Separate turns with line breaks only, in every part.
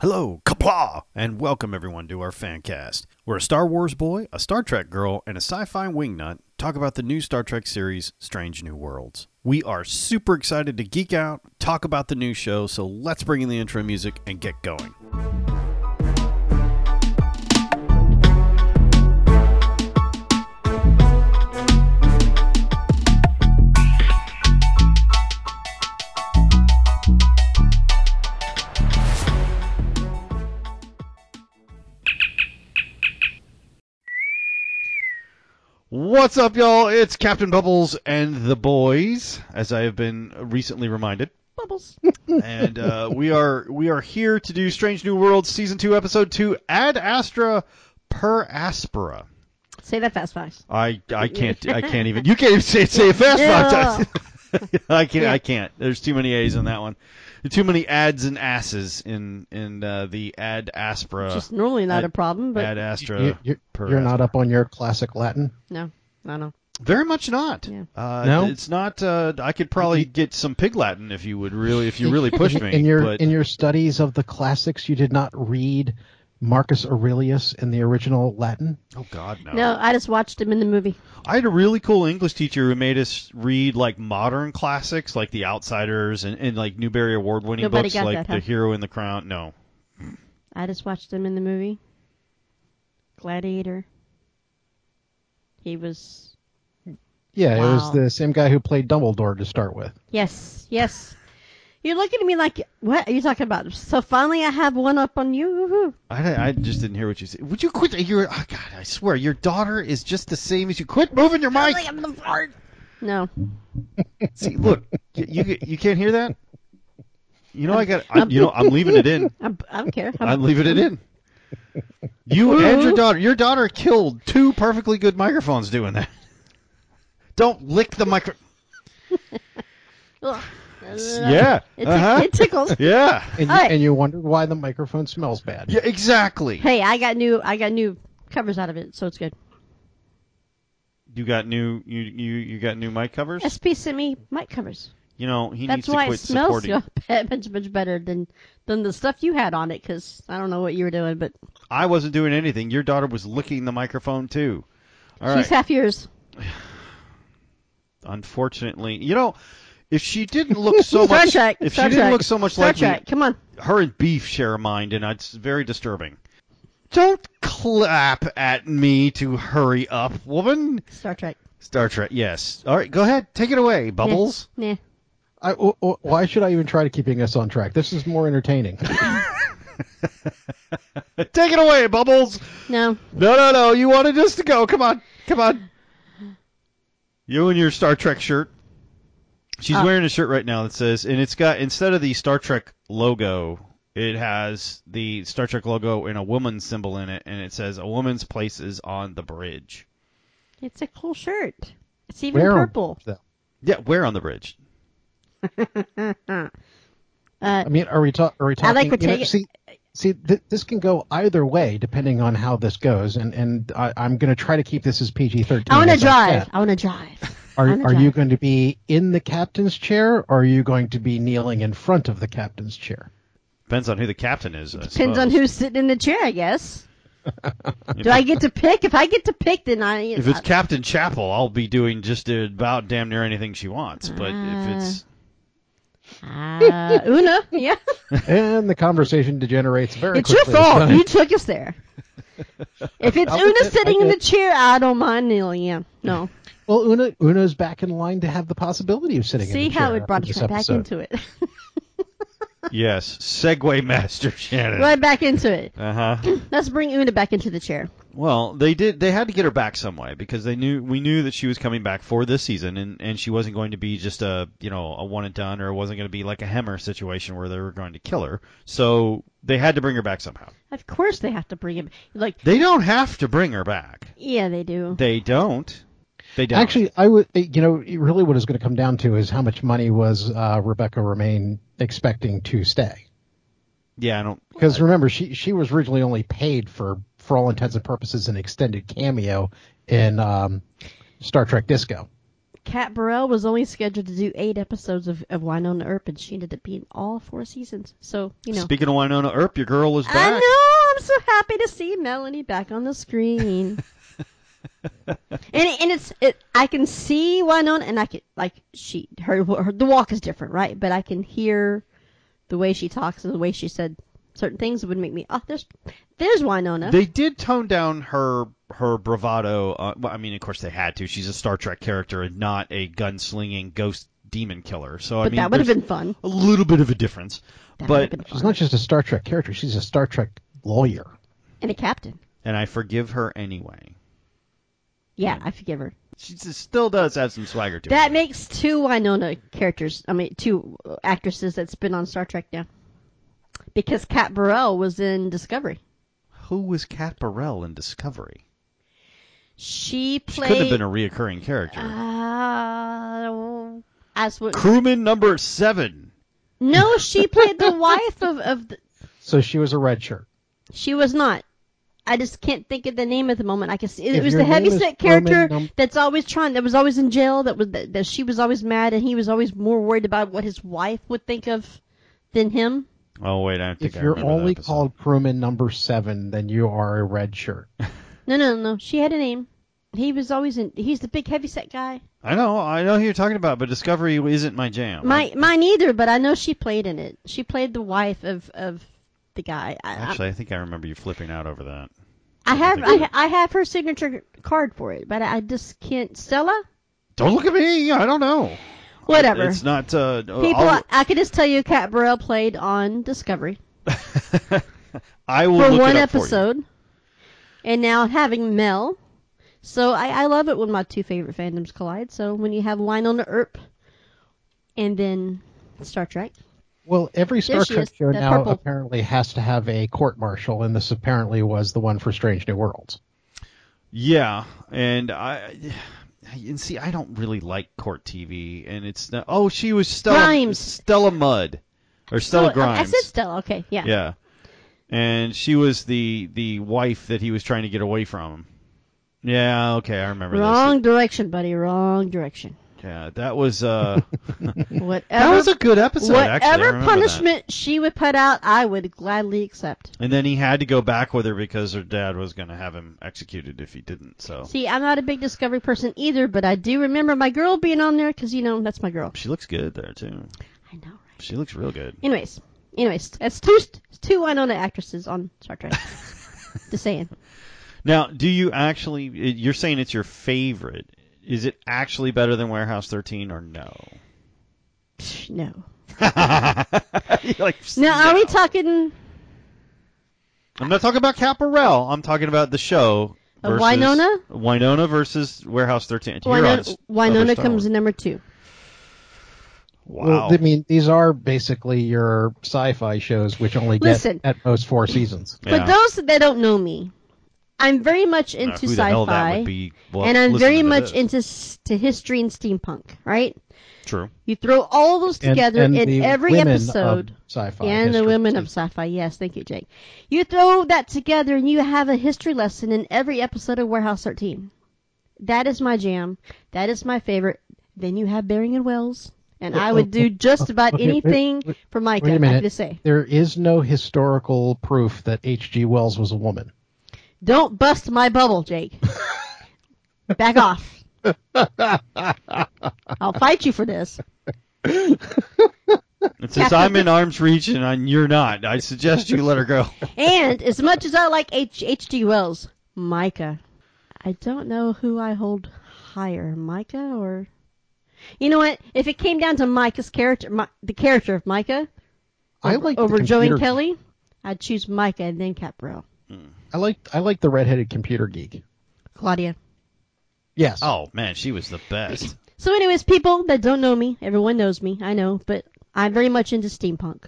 Hello, kapla, and welcome everyone to our fan cast. We're a Star Wars boy, a Star Trek girl, and a sci-fi wingnut talk about the new Star Trek series, Strange New Worlds. We are super excited to geek out, talk about the new show, so let's bring in the intro music and get going. What's up, y'all? It's Captain Bubbles and the boys, as I have been recently reminded. Bubbles, and uh, we are we are here to do Strange New Worlds season two, episode two, Ad Astra per Aspera.
Say that fast five.
I I can't I can't even you can't even say, say it fast five times. I can't I can't. There's too many A's in that one. Too many ads and asses in in uh, the ad aspera
Just normally not
Uh, I-
a problem, but
ad astra.
you, you're,
per
you're not
aspera.
up on your classic Latin.
no, I don't know.
Very much not.
Yeah.
Uh,
No?
it's not. Uh, I could probably get some pig Latin if you would really if you really pushed me.
in your
but
in your studies of the classics, you did not read Marcus Aurelius in the original Latin.
oh God, no.
No, I just watched him in the movie.
I had a really cool English teacher who made us read like modern classics, like The Outsiders and, and like Newbery Award winning
Nobody
books,
got
like
that,
The
huh?
Hero in the Crown. No,
I just watched him in the movie. Gladiator. He was.
Yeah, it was
Wow.
the same guy who played Dumbledore to start with.
Yes, yes. You're looking at me like, what are you talking about? So finally, I have one up on you. Woohoo.
I, I just didn't hear what you said. Would you quit? Your oh God, I swear, your daughter is just the same as you. Quit moving your mic.
I'm the fart. No,
See, look, you you, you can't hear that. You know I got. I, you know I'm leaving it in.
I'm, I don't care.
I'm leaving it in. You and your daughter. Your daughter killed two perfectly good microphones doing that. Don't lick the micro.
Ugh.
Yeah.
It, tick-
Uh-huh.
it tickles.
Yeah.
And you,
Alright.
and you wondered why the microphone smells bad.
Yeah. Exactly.
Hey, I got new. I got new covers out of it, so it's good.
You got new. You you you got new mic covers.
SP sent me mic covers.
You know he needs
That's
to
why
quit
it smells
supporting.
so bad, much much better than than the stuff you had on it. Because I don't know what you were doing, but
I wasn't doing anything. Your daughter was licking the microphone too. All right.
she's half yours.
Unfortunately, you know, if she didn't look so
Star
much,
Trek,
if
Star
she didn't
Trek,
look so much
Star
like me,
Trek, come on.
her and Beef share a mind, and it's very disturbing. Don't clap at me to hurry up, woman.
Star Trek.
Star Trek, yes. All right, go ahead. Take it away,
Nah,
Bubbles.
Nah.
I, w- w- why should I even try to keeping us on track? This is more entertaining.
Take it away, Bubbles.
No.
No, no, no. You wanted us to go. Come on. Come on. You and your Star Trek shirt. She's
Uh.
wearing a shirt right now that says, and it's got, instead of the Star Trek logo, it has the Star Trek logo and a woman's symbol in it, and it says, a woman's place is on the bridge.
It's a cool shirt. It's even
Wear 'em.
purple.
So,
Yeah, where on the bridge?
Uh,
I mean, are we, ta- are we
I
talking?
like what
you know,
you-
see, see, th- this can go either way depending on how this goes, and and I, I'm going to try to keep this as PG-13.
I want to
as I
drive.
can.
I want to drive.
Are,
I'm a
are you
driver.
going to be in the captain's chair or are you going to be kneeling in front of the captain's chair?
Depends on who the captain is. I
Depends on
suppose.
who's sitting in the chair, I guess. Do I get to pick? If I get to pick, then I.
If it's Captain Chapel, I'll be doing just about damn near anything she wants. But if it's
uh, Una, yeah,
and the conversation degenerates very
it's your
quickly.
fault. You took us there. If it's
I'll
Una
admit, I
sitting in the
did.
chair, I don't mind kneeling. Yeah, no.
Well, Una, Una's back in line to have the possibility of sitting
See
in the chair
how it brought
after
us
this
right back
episode.
into it.
yes, Segway Master Shannon.
right back into it.
Uh huh.
Let's bring Una back into the chair.
Well, they did. They had to get her back some way because they knew we knew that she was coming back for this season, and and she wasn't going to be just a you know a one and done, or it wasn't going to be like a Hemmer situation where they were going to kill her. So they had to bring her back somehow.
Of course they have to bring him. Like,
They don't have to bring her back.
yeah, they do.
They don't. They don't.
Actually, I would, eh, you know, really what it's going to come down to is how much money was uh, Rebecca Romaine expecting to stay?
yeah, I don't.
Because remember, she she was originally only paid for, for all intents and purposes, an extended cameo in um, Star Trek Disco.
Kat Burrell was only scheduled to do eight episodes of, of Winona Earp, and she ended up being all four seasons. So, you know.
Speaking of Winona Earp, your girl is
I
back.
know! I'm so happy to see Melanie back on the screen. and and it's it, I can see Winona, and I can like she her, her the walk is different, right? But I can hear the way she talks and the way she said certain things would make me oh there's there's Winona.
They did tone down her her bravado. Uh, well, I mean, of course they had to. She's a Star Trek character and not a gunslinging ghost demon killer. So I
but
mean,
that would have
there's
been fun.
a little bit of a difference.
That
but
would've been
She's
fun.
not just a Star Trek character; she's a Star Trek lawyer.
and a captain.
and I forgive her anyway.
Yeah, I forgive her.
She s- still does have some swagger to
That
her.
makes two Winona characters. I mean, two actresses that's been on Star Trek now. Because Kat Burrell was in Discovery.
Who was Cat Burrell in Discovery?
She
She
played.
could have been a reoccurring character.
Uh, as what?
Crewman number seven.
No, she played the wife of of. The,
So she was a red shirt.
she was not. I just can't think of the name at the moment. I can see it
If
was
your
the
name is
heavyset
Roman
character
num-
that's always trying, that was always in jail, that was that, that she was always mad, and he was always more worried about what his wife would think of than him.
Oh wait, I think
If
I
you're
remember that
only
episode.
called crewman number seven, then you are a red shirt.
No, no, no. She had a name. He was always in. He's the big heavyset guy.
I know, I know who you're talking about, but Discovery isn't my jam.
My, mine either, but I know she played in it. She played the wife of of the guy. I, I,
Actually, I think I remember you flipping out over that.
I have
think
I, I have her signature card for it, but I just can't. Stella,
Don't look at me. I don't know.
whatever.
It's not. Uh,
People,
I'll-
I, I could just tell you, Cat Burrell played on Discovery
I will
for
look
one
it up for you.
episode, and now having Mel. So I, I love it when my two favorite fandoms collide. So when you have Winona Earp, and then Star Trek.
Well, every Star
There she
Trek
is,
show
that
now
purple-
apparently has to have a court martial, and this apparently was the one for Strange New Worlds.
Yeah, and I. And see, I don't really like court TV, and it's not. Oh, she was Stella
Grimes.
Stella Mudd, or Stella
Oh, I
Grimes.
said Stella. Okay, yeah.
yeah, and she was the the wife that he was trying to get away from. Yeah, okay, I remember
Wrong direction, buddy. Wrong direction.
this. Yeah, that was uh,
Whatever.
that was a good episode. actually, I
whatever
remember that.
punishment she would put out, I would gladly accept.
And then he had to go back with her because her dad was going to have him executed if he didn't. So
See, I'm not a big Discovery person either, but I do remember my girl being on there because you know that's my girl.
she looks good there too.
I know, right?
She looks real good.
Anyways, anyways, that's two two Winona actresses on Star Trek. Just saying.
Now, do you actually? You're saying it's your favorite. Is it actually better than Warehouse 13 or no?
Psh, No.
You're like,
Now, are we talking
I'm not talking about Caparel. I'm talking about the show.
Uh,
Versus
Winona?
Winona versus Warehouse 13. Here on
Winona,
s-
Winona
other Star
comes
Wars.
in number two?
Wow.
Well, I mean, these are basically your sci-fi shows, which only get
Listen.
at most four seasons.
Yeah.
For those that don't know me, I'm very much into
Now, who the
sci-fi.
hell that would be, well,
and I'm
listening
very
to
much
this.
into s- to history and steampunk, right?
True.
You throw all those
And-
together
and
in
the
every
women of
episode.
sci-fi
And the
history.
women of sci-fi, yes, thank you, Jake. You throw that together and you have a history lesson in every episode of Warehouse 13. That is my jam. That is my favorite. Then you have Bering and Wells, and I would do just about
okay, wait,
anything
wait,
for Micah.
Wait a
I
minute.
have to say,
There is no historical proof that H.G. Wells was a woman.
don't bust my bubble, Jake. Back off. I'll fight you for this.
And since I'm in arm's reach and i you're not, I suggest you let her go.
And as much as I like H H. G. Wells, Micah. I don't know who I hold higher, Micah or. You know what? If it came down to Micah's character, my, the character of Micah
I like
over
the
Joey and
computer-
Kelly, I'd choose Micah and then Caprell.
I like I like the redheaded computer geek.
Claudia.
Yes.
Oh man, she was the best.
So, anyways, people that don't know me, everyone knows me, I know, but I'm very much into steampunk.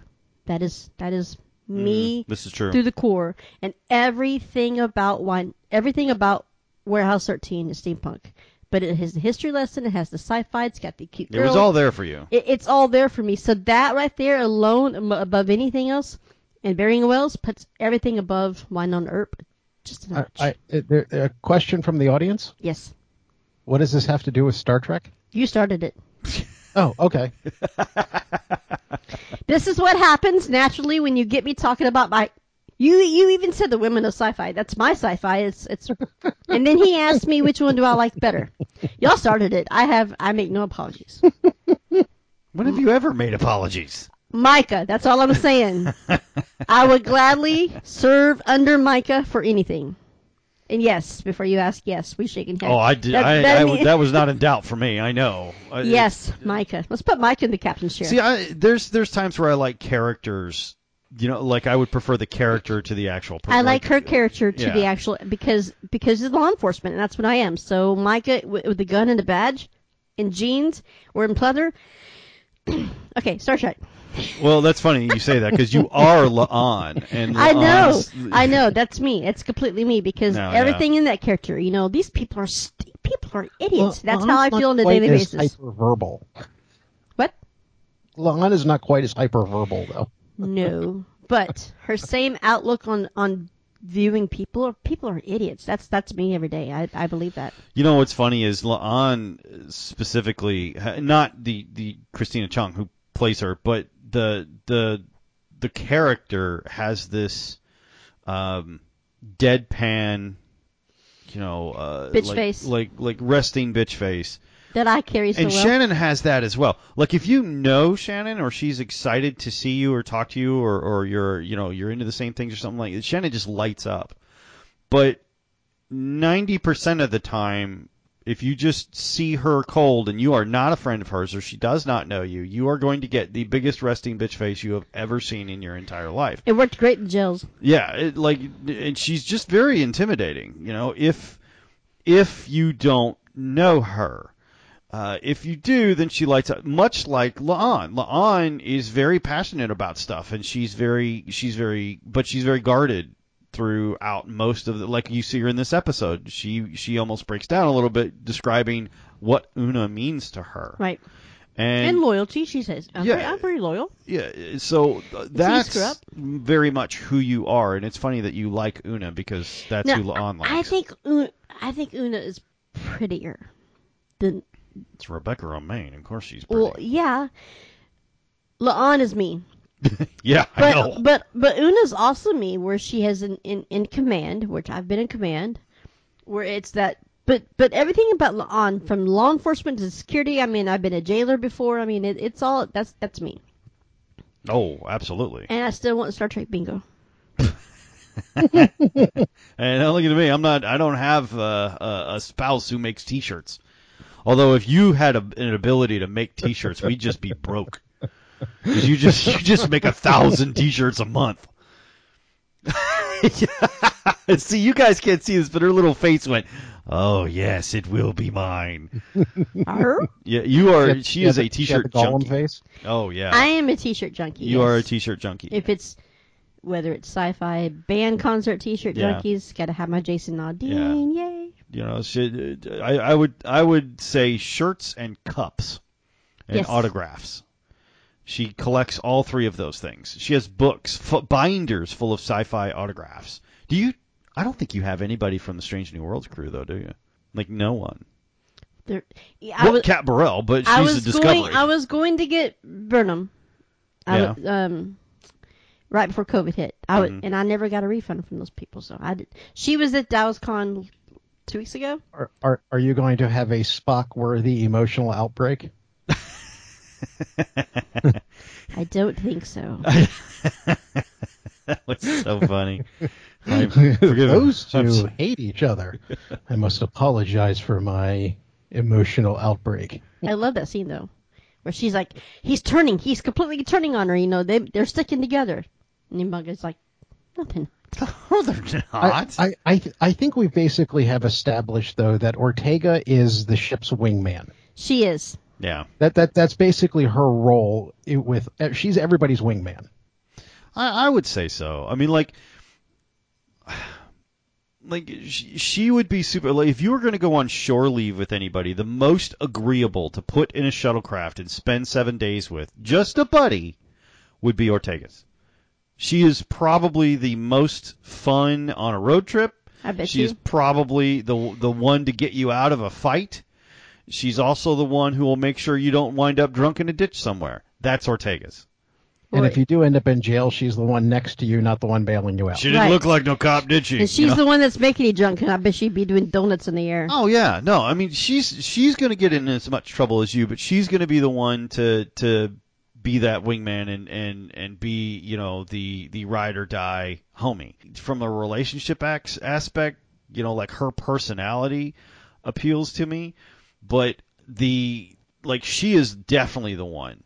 That is that is me
This is true.
through the core, and everything about one, everything about Warehouse 13 is steampunk. But it has the history lesson, it has the sci-fi, it's got the cute
It was
girl.
all there for you.
It- it's all there for me. So that right there alone, am- above anything else, and Burying Wells puts everything above Wine on Earp just a
I,
notch.
I, uh, there, a question from the audience:
yes.
What does this have to do with Star Trek?
You started it.
Oh, okay.
This is what happens naturally when you get me talking about my. You you even said the women of sci-fi. That's my sci-fi. It's it's. And then he asked me which one do I like better. Y'all started it. I have. I make no apologies.
When have you ever made apologies?
Micah. That's all I'm saying. I would gladly serve under Micah for anything. And yes, before you ask, yes, we shaking hands.
Oh, I did.
That-
I,
that
I-
mean-
that was not in doubt for me. I know. I-
Yes, Micah. Let's put Micah in the captain's chair.
See, I, there's there's times where I like characters. You know, like I would prefer the character to the actual person.
I like her character to the
yeah.
actual because because of law enforcement, and that's what I am. So Micah with, with the gun and the badge, and jeans, or in pleather. okay, Star Trek.
Well, that's funny you say that because you are Laon, and
I know,
Laon's-
I know. That's me. It's completely me because
No,
everything in that character. You know, these people are st- people are idiots. that's how I
Lon's
feel on
not
a
quite
daily
as
basis.
Hyperverbal.
What?
Lon is not quite as hyperverbal though.
No, but her same outlook on on viewing people. People are idiots. That's that's me every day. I I believe that.
You know what's funny is Laan specifically, ha- not the the Christina Chung who plays her, but the the the character has this um, deadpan, you know, uh,
Bitch
like,
face.
like like resting bitch face,
That I carry so
and
well.
Shannon has that as well. Like if you know Shannon or she's excited to see you or talk to you or, or you're you know you're into the same things or something like that, Shannon just lights up. But ninety percent of the time, if you just see her cold and you are not a friend of hers or she does not know you, you are going to get the biggest resting bitch face you have ever seen in your entire life.
it worked great in jails.
Yeah, it, like and she's just very intimidating, you know, if if you don't know her. Uh, if you do, then she lights up. Much like Laan, Laan is very passionate about stuff, and she's very, she's very, but she's very guarded throughout most of the. Like you see her in this episode, she she almost breaks down a little bit describing what Una means to her.
Right.
And,
And, loyalty, she says. I'm,
Yeah.
very, I'm very loyal.
yeah, so uh, that's
screw up.
very much who you are, and it's funny that you like Una because that's
Now,
who Laan likes.
I think U- I think Una is prettier than.
it's Rebecca Romaine, of course she's pretty.
Well, yeah. Laon is me,
yeah, I know.
but but but Una's also me, where she has an in, in command, which I've been in command, where it's that. But but everything about Laon, from law enforcement to security, I mean, I've been a jailer before. I mean, it, it's all that's that's me,
Oh, absolutely.
and I still want Star Trek bingo.
And now look at me. I'm not. I don't have uh, a, a spouse who makes T-shirts. Although, if you had a, an ability to make T-shirts, we'd just be broke. 'Cause you just you just make a thousand T-shirts a month. see, you guys can't see this, but her little face went, "Oh yes, it will be mine."
Arr.
Yeah, you are.
Yeah,
she
yeah,
is
the-
a
she had
T-shirt
the golem
junkie.
face.
Oh yeah,
I am a t-shirt junkie.
you
yes.
are a T-shirt junkie.
if it's whether it's sci-fi band concert t-shirt
Yeah.
junkies gotta have my jason Aldean, yay
you know, she, I, I would I would say shirts and cups and
Yes.
autographs. She collects all three of those things. She has books, f- binders full of sci-fi autographs. Do you? I don't think you have anybody from the Strange New Worlds crew, though, do you? Like no one.
There- yeah,
well,
I was,
Cat Burrell, but she's
I
a
was
discovery.
going i was going to get burnham I
Yeah. Mm-hmm.
was, um right before covid hit i would, and i never got a refund from those people so i did she was at DowsCon two weeks ago
Are, are are you going to have a Spock worthy emotional outbreak?
i don't think so
that was so funny. I forgive-
Those
I'm
two hate each other. I must apologize for my emotional outbreak.
i love that scene though where she's like he's turning he's completely turning on her you know they, they're sticking together and Imaga's like nothing
No, they're
I,
not.
I, I, th- I think we basically have established though that Ortega is the ship's wingman.
she is
yeah.
That that that's basically her role. i- With uh, she's everybody's wingman.
I, I would say so. I mean, like, like she, she would be super. Like, if you were going to go on shore leave with anybody, the most agreeable to put in a shuttlecraft and spend seven days with, just a buddy, would be Ortega's. She is probably the most fun on a road trip.
I bet
She is
you.
probably the the one to get you out of a fight. She's also the one who will make sure you don't wind up drunk in a ditch somewhere. That's Ortega's.
And
Right.
if you do end up in jail, she's the one next to you, not the one bailing you out.
She didn't
Right.
look like no cop, did she?
And
You
she's
know?
the one that's making you drunk, and I bet she'd be doing donuts in the air.
Oh yeah, no. I mean, she's she's going to get in as much trouble as you, but she's going to be the one to to be that wingman and and and be you know the the ride or die homie from a relationship ax- aspect. You know, like her personality appeals to me, but the like she is definitely the one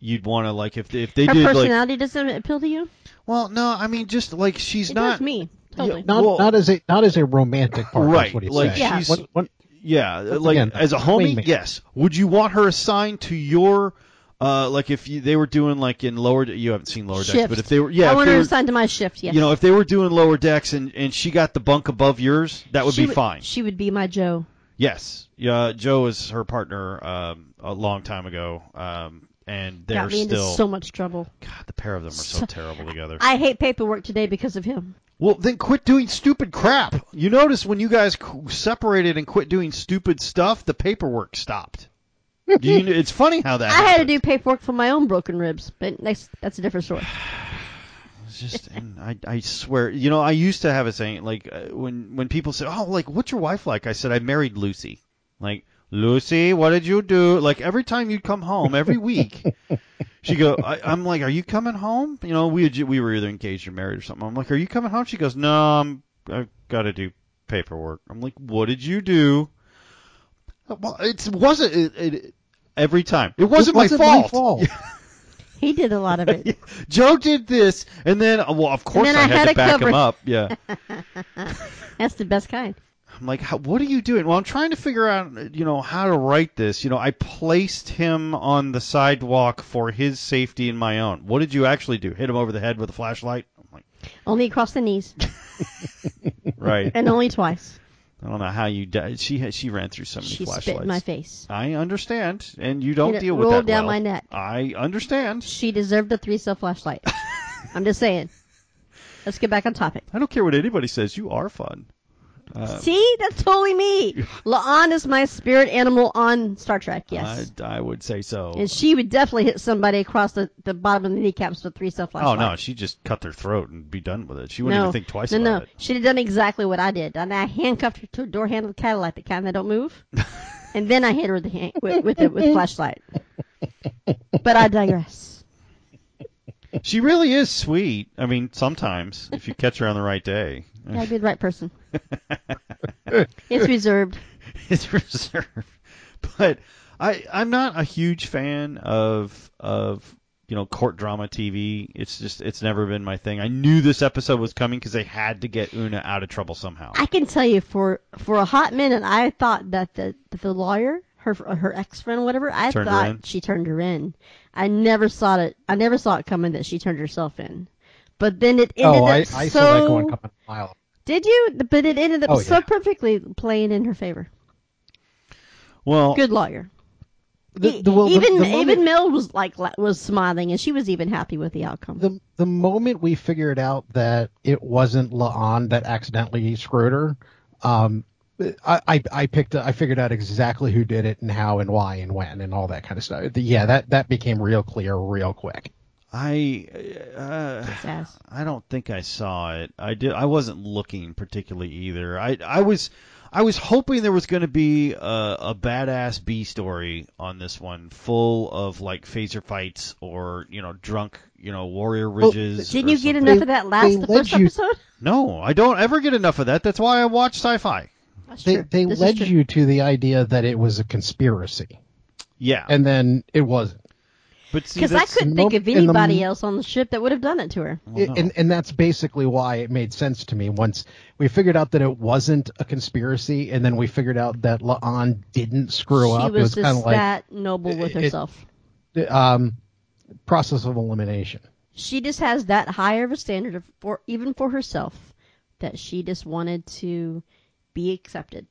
you'd want to like if they, if they
Her
did like
personality doesn't appeal to you?
well no I mean just like she's
It
not
does me. Totally.
Yeah,
not
Well-
not as a not as a romantic part.
Right,
Oh, That's what he's
like
saying.
she's-
What- what-
Yeah, like
again,
as a homie,
wingman.
yes. Would you want her assigned to your, uh, like if you, they were doing like in lower, you haven't seen lower decks,
Shift.
but if they were, yeah,
I
if
want
they
her
were-
assigned to my shift, yes.
you know, if they were doing lower decks and and she got the bunk above yours, that would
She
be fine.
She would be my Joe.
Yes, yeah. Joe was her partner um, a long time ago, um, and they're
Got me into
still.
so much trouble.
God, the pair of them are so,
so-
terrible together.
I hate paperwork today because of him.
Well, then quit doing stupid crap. You notice when you guys qu- separated and quit doing stupid stuff, the paperwork stopped. Do you, it's funny how that.
I had to
happened.
do paperwork for my own broken ribs, but that's, that's a different story.
It's just, and I, I swear, you know, I used to have a saying like uh, when when people say, "Oh, like what's your wife like?" I said, "I married Lucy." Like Lucy, what did you do? Like every time you'd come home every week, she go, I, "I'm like, are you coming home?" You know, we had, ju- we were either engaged or married or something. I'm like, "Are you coming home?" She goes, "No, I'm I've got to do paperwork." I'm like, "What did you do?" Well, it wasn't it, it, every time. It wasn't,
it wasn't
my fault.
fault.
He did a lot of it.
Joe did this, and then uh, well, of course
then
I,
I
had,
had
to
it
back him
covered.
up. Yeah,
That's the best kind.
I'm like, how, what are you doing? Well, I'm trying to figure out, you know, how to write this. You know, I placed him on the sidewalk for his safety and my own. What did you actually do? Hit him over the head with a flashlight? I'm like,
Only across the knees,
right.
and only twice.
I don't know how you. Di- she had- she ran through so many
She
flashlights.
spit in my face.
I understand, and you don't
And it
deal with that
rolled down
well.
my neck.
I understand.
She deserved a three cell flashlight. I'm just saying. Let's get back on topic.
I don't care what anybody says. You are fun. Uh,
See, that's totally me. Laon is my spirit animal on Star Trek. Yes,
I, I would say so.
and she would definitely hit somebody across the, the bottom of the kneecaps with three cell
Oh
flashlights.
no, she just cut their throat and be done with it. She
no,
wouldn't even think twice
no,
about
no.
it.
She'd have done exactly what I did, and I handcuffed her to a door handle of the Cadillac, the kind that don't move, and then I hit her with the hand, with with, the, with flashlight. But I digress.
She really is sweet. I mean, sometimes if you catch her on the right day,
Gotta be the right person. it's reserved.
it's reserved. But I I'm not a huge fan of of you know court drama TV. It's just it's never been my thing. I knew this episode was coming because they had to get Una out of trouble somehow.
I can tell you for for a hot minute, I thought that the that the lawyer, her her ex friend, whatever, I
Turned her
thought
in?
she turned her in. I never saw it. I never saw it coming that she turned herself in. But then it ended
Oh, I,
up
I
so.
saw that going coming a mile.
Did you? But it ended up
Oh,
so
yeah.
perfectly playing in her favor.
Well,
Good lawyer.
The-
E-
the- well, the-
even
the moment-
even Mel was like la- was smiling, and she was even happy with the outcome.
the the moment we figured out that it wasn't Laon that accidentally screwed her, um, I, I I picked I figured out exactly who did it and how and why and when and all that kind of stuff. Yeah, that that became real clear real quick.
I uh,
ass.
I don't think I saw it. I did. I wasn't looking particularly either. I I was I was hoping there was going to be a, a badass B story on this one, full of like phaser fights or you know drunk you know warrior ridges.
Did
or
Oh, you get
something.
enough of that last
they
the
led
first
you-
episode?
No, I don't ever get enough of that. That's why I watch sci-fi.
That's
They
true.
they
This is
led
true.
you to the idea that it was a conspiracy,
Yeah,
and then it wasn't.
but see,
Because I
that's-
couldn't
the
think of
mom- in the
anybody
m-
else on the ship that would have done it to her.
Well, no.
and and that's basically why it made sense to me once we figured out that it wasn't a conspiracy, and then we figured out that Laon didn't screw
she
up.
was,
it was kind
just
of like
that noble with
it-
herself.
um, process of elimination.
she just has that higher of a standard of, for even for herself that she just wanted to be accepted.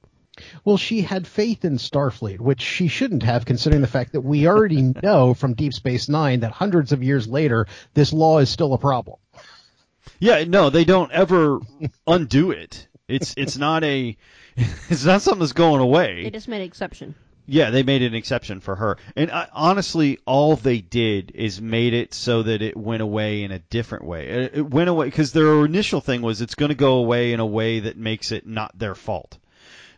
Well, she had faith in Starfleet, which she shouldn't have, considering the fact that we already know from Deep Space Nine that hundreds of years later, this law is still a problem.
Yeah, no, they don't ever undo it. It's it's not a it's not something that's going away.
They just made an exception.
Yeah, they made an exception for her. And I, honestly, all they did is made it so that it went away in a different way. Uh, It, it went away because their initial thing was it's going to go away in a way that makes it not their fault.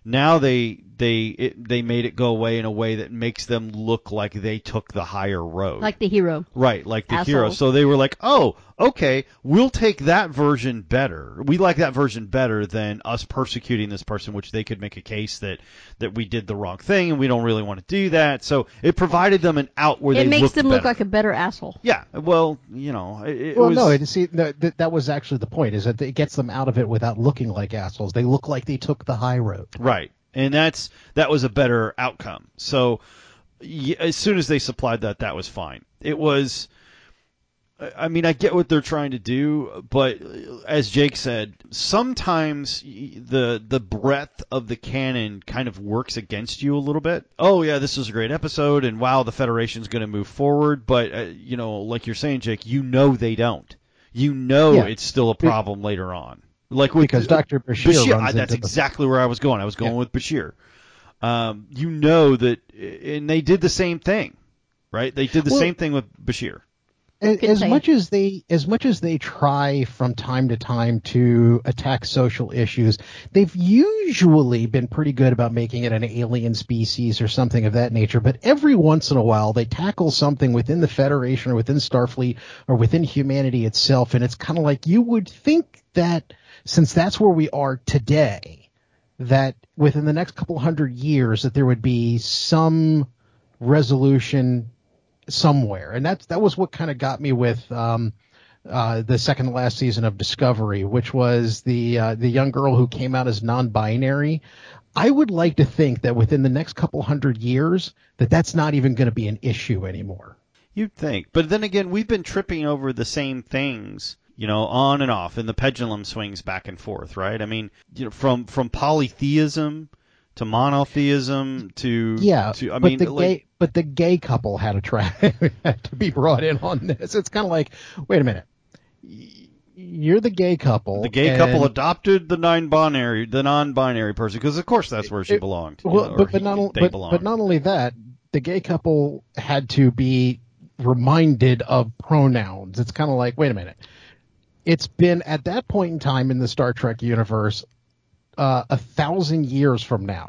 Now they they it, they made it go away in a way that makes them look like they took the higher road.
like the hero.
Right, like the hero.
Assholes.
So they were like, "Oh, okay, we'll take that version better. We like that version better than us persecuting this person, which they could make a case that that we did the wrong thing and we don't really want to do that." So it provided them an out where
It
they
makes
looked
them look
better.
like a better asshole.
yeah. Well, you know, it, it
well,
was
no, it, see, no, th- that was actually the point. Is that it gets them out of it without looking like assholes. They look like they took the high road.
right, and that's that was a better outcome. So y- as soon as they supplied that, that was fine. It was. I- I mean, I get what they're trying to do, but as Jake said, sometimes y- the the breadth of the canon kind of works against you a little bit. Oh yeah, this is a great episode, and wow, the Federation's going to move forward, but uh, you know, like you're saying, Jake, you know they don't. You know
Yeah.
it's still a problem later on. Like with
Because Dr. Bashir runs
I- that's
into the-
exactly where I was going. I was going
Yeah.
with Bashir. Um, you know that, and they did the same thing, right? They did the
Well-
same thing with Bashir.
A-
Good
as
plan.
much as they as much as they try from time to time to attack social issues they've usually been pretty good about making it an alien species or something of that nature but every once in a while they tackle something within the federation or within starfleet or within humanity itself and it's kind of like you would think that since that's where we are today that within the next couple hundred years that there would be some resolution somewhere, and that's that was what kind of got me with um, uh, the second to last season of Discovery, which was the uh, the young girl who came out as non-binary. I would like to think that within the next couple hundred years, that that's not even going to be an issue anymore.
You'd think. But then again, we've been tripping over the same things, you know, on and off, and the pendulum swings back and forth, right? I mean, you know, from from polytheism to monotheism to
Yeah,
to I
but
mean,
the
like,
gay but the gay couple had a try had to be brought in on this. It's kind of like, wait a minute, Y- you're the gay couple.
the gay couple
and-
adopted the non-binary the non-binary person because of course that's where she
It-
belonged. you
Well,
know, or
but, but,
he-
not, al-
they
but,
belonged.
but not only that, the gay couple had to be reminded of pronouns. It's kind of like, wait a minute. It's been at that point in time in the Star Trek universe uh, a thousand years from now,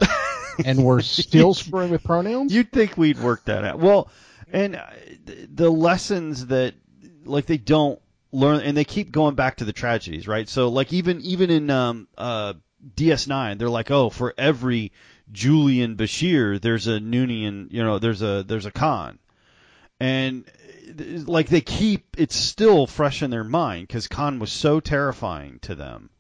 and we're still screwing with pronouns.
You'd think we'd work that out. Well, and uh, th- the lessons that like they don't learn, and they keep going back to the tragedies, right? So like even even in um, uh, DS9, they're like, oh, for every Julian Bashir, there's a Noonian, you know, there's a there's a Khan, and uh, like they keep it's still fresh in their mind because Khan was so terrifying to them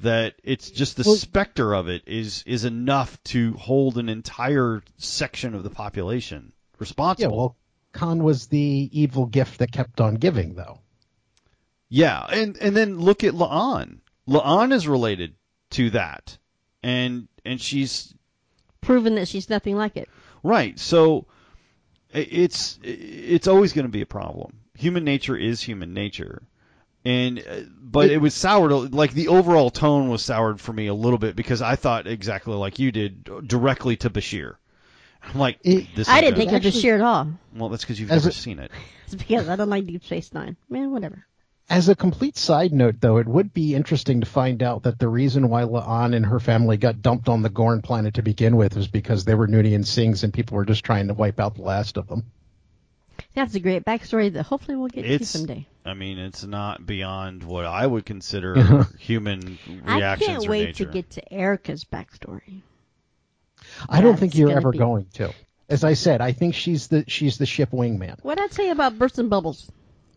that it's just the
Well-
specter of it is is enough to hold an entire section of the population
yeah,
responsible.
well, Khan was the evil gift that kept on giving, though.
Yeah, and and then look at Laan. Laan is related to that, and and she's
Proven that she's nothing like it.
right. So i- it's i- it's always going to be a problem. Human nature is human nature, and uh, but it,
It-
was soured. Like the overall tone was soured for me a little bit because I thought exactly like you did directly to Bashir. I'm like,
It-
this
I
is
didn't
gonna-
think of
actually-
Bashir at all.
Well, that's because you've
As
never
a-
seen it.
It's because I don't like Deep Space Nine. Man, whatever.
As a complete side note, though, it would be interesting to find out that the reason why Laan and her family got dumped on the Gorn planet to begin with was because they were Nudian Sings and people were just trying to wipe out the last of them.
That's a great backstory that hopefully we'll get to
It's-
someday.
I mean, it's not beyond what I would consider human
I
reactions
can't
or
wait
nature.
to get to Erica's backstory.
I don't think
That's
you're
gonna
ever
be-
going to. As I said, I think she's the she's the ship wingman.
What'd I say about bursts and bubbles?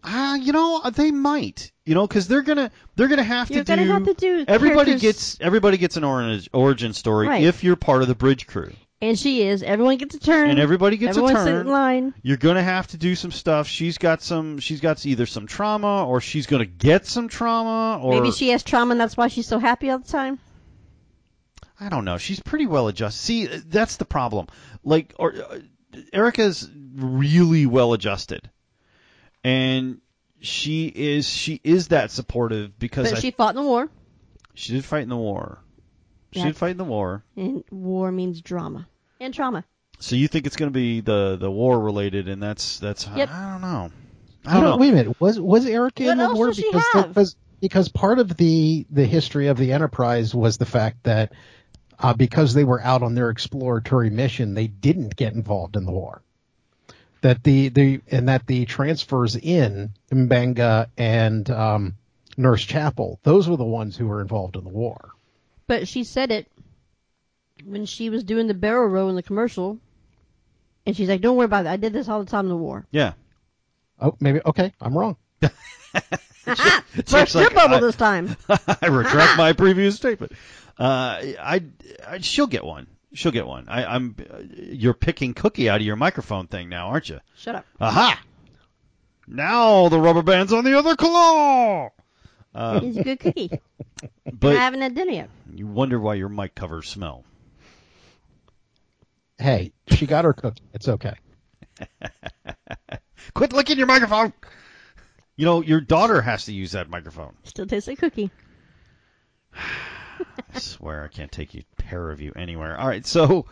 Ah, you know, they might. You know, because they're gonna they're gonna have
You're
to
gonna
do.
have to do
everybody
characters-
gets everybody gets an origin origin story
Right.
if you're part of the bridge crew,
And she is. Everyone gets a turn.
and everybody gets
Everyone
a
sit
turn.
in line.
You're gonna have to do some stuff. She's got some. She's got either some trauma, or she's gonna get some trauma, or
Maybe she has trauma and that's why she's so happy all the time.
I don't know. She's pretty well adjusted. See, uh, that's the problem. Like, or, uh, Erica's really well adjusted, and she is she is that supportive because
But
I-
she fought in the war,
she did fight in the war. She
That's-
did fight in the war.
and war means drama and trauma.
So you think it's going to be the the war related, and that's that's
Yep.
I don't know. I
I
don't
don't,
know.
wait a minute. Was was Erica
What
in the
else
war?
does she
because
have?
because because part of the the history of the Enterprise was the fact that uh, because they were out on their exploratory mission, they didn't get involved in the war. That the the and that the transfers in Mbenga and um, Nurse Chapel, those were the ones who were involved in the war.
But she said it when she was doing the barrel row in the commercial. And she's like, don't worry about it. I did this all the time in the war.
Yeah.
Oh, maybe okay, I'm wrong.
Burst your
like
bubble
I-
this time.
I retract my previous statement. Uh, I, I, she'll get one. She'll get one. I, I'm. You're picking cookie out of your microphone thing now, aren't you?
Shut up.
Aha! Now the rubber band's on the other claw. Uh,
It's a good cookie. I
but
haven't had dinner yet.
you wonder why your mic covers smell.
Hey, she got her cookie. It's okay.
Quit licking your microphone. You know your daughter has to use that microphone.
Still tastes like cookie.
I swear I can't take you pair of you anywhere. All right, so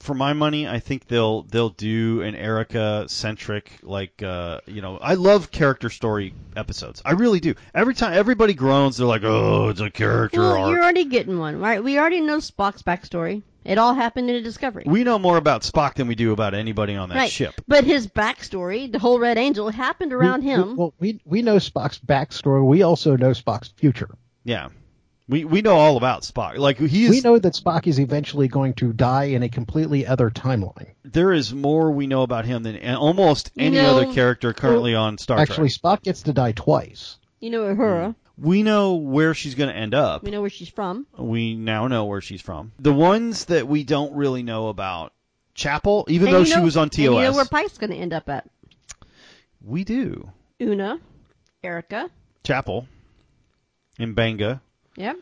for my money, I think they'll they'll do an Erica centric like uh, you know I love character story episodes. I really do. Every time everybody groans, they're like, oh, it's a character
Well,
arc.
you're already getting one, right? We already know Spock's backstory. It all happened in a Discovery.
We know more about Spock than we do about anybody on that
right.
ship.
But his backstory, the whole Red Angel, happened around
We- we-
him.
well, we we know Spock's backstory. We also know Spock's future.
Yeah, we we know all about Spock. Like he is
we know that Spock is eventually going to die in a completely other timeline.
there is more we know about him than a- almost any
know-
other character currently on Star
Actually,
Trek.
Spock gets to die twice.
you know Uhura.
We know where she's going to end up.
We know where she's from.
We now know where she's from. The ones that we don't really know about, Chapel, even
And
though
you
she
know-
was on
and
TOS,
you know where Pike's going to end up at.
we do.
Una, Erica,
Chapel, in Banga,
yeah,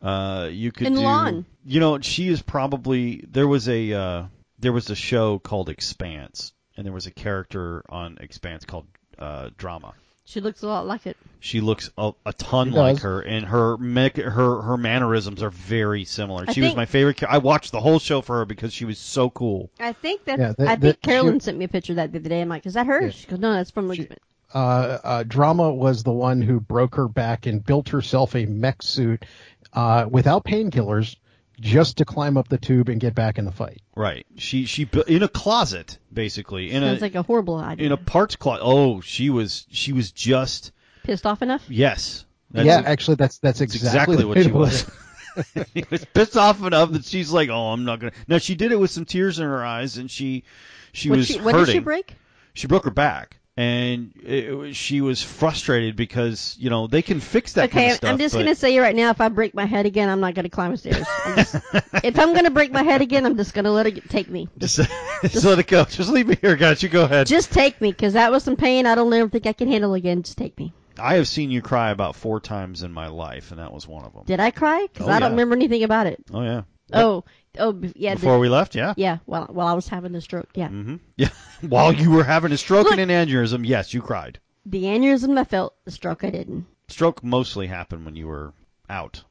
uh, you could
And
do.
Lon.
You know, she is probably there was a uh, there was a show called Expanse, and there was a character on Expanse called uh, Drama.
she looks a lot like it.
She looks a, a ton
She
like
does.
her, and her mech, her her mannerisms are very similar.
I
she was
think-
my favorite. cha- I watched the whole show for her because she was so cool.
I think that
Yeah, that-
I think
that-
Carolyn
she-
sent me a picture of that the other day. I'm like, is that her?
Yeah.
She goes, no, that's from Lisbon.
Uh, uh, Drama was the one who broke her back and built herself a mech suit uh, without painkillers just to climb up the tube and get back in the fight.
Right. She she bu- in a closet basically in a
Sounds like a horrible idea.
in a parts closet. Oh, she was she was just
Pissed off enough?
yes.
yeah, actually, that's that's
that's exactly,
exactly, the
what
way
she
to put
was.
it.
she was pissed off enough that she's like, "Oh, I'm not gonna." Now she did it with some tears in her eyes, and she she
What
was
she,
hurting.
what did she break?
She broke her back, and it, it was- she was frustrated because you know they can fix that
Okay,
kind
I'm-
of stuff.
I'm just
but-
gonna say right now, if I break my head again, I'm not gonna climb the stairs. I'm just- if I'm gonna break my head again, I'm just gonna let it take me.
just, just let it go. Just leave me here, guys. You go ahead.
Just take me, because that was some pain I don't ever think I can handle again. Just take me.
I have seen you cry about four times in my life, and that was one of them.
Did I cry? Because
Oh,
I don't
yeah.
remember anything about it.
Oh yeah.
Oh, oh, b- yeah, the-
Before we left, yeah.
yeah. While while I was having the stroke, yeah,
hmm Yeah. While you were having a stroke
Look-
and an aneurysm, yes, you cried.
the aneurysm I felt, the stroke I didn't,
Stroke mostly happened when you were out,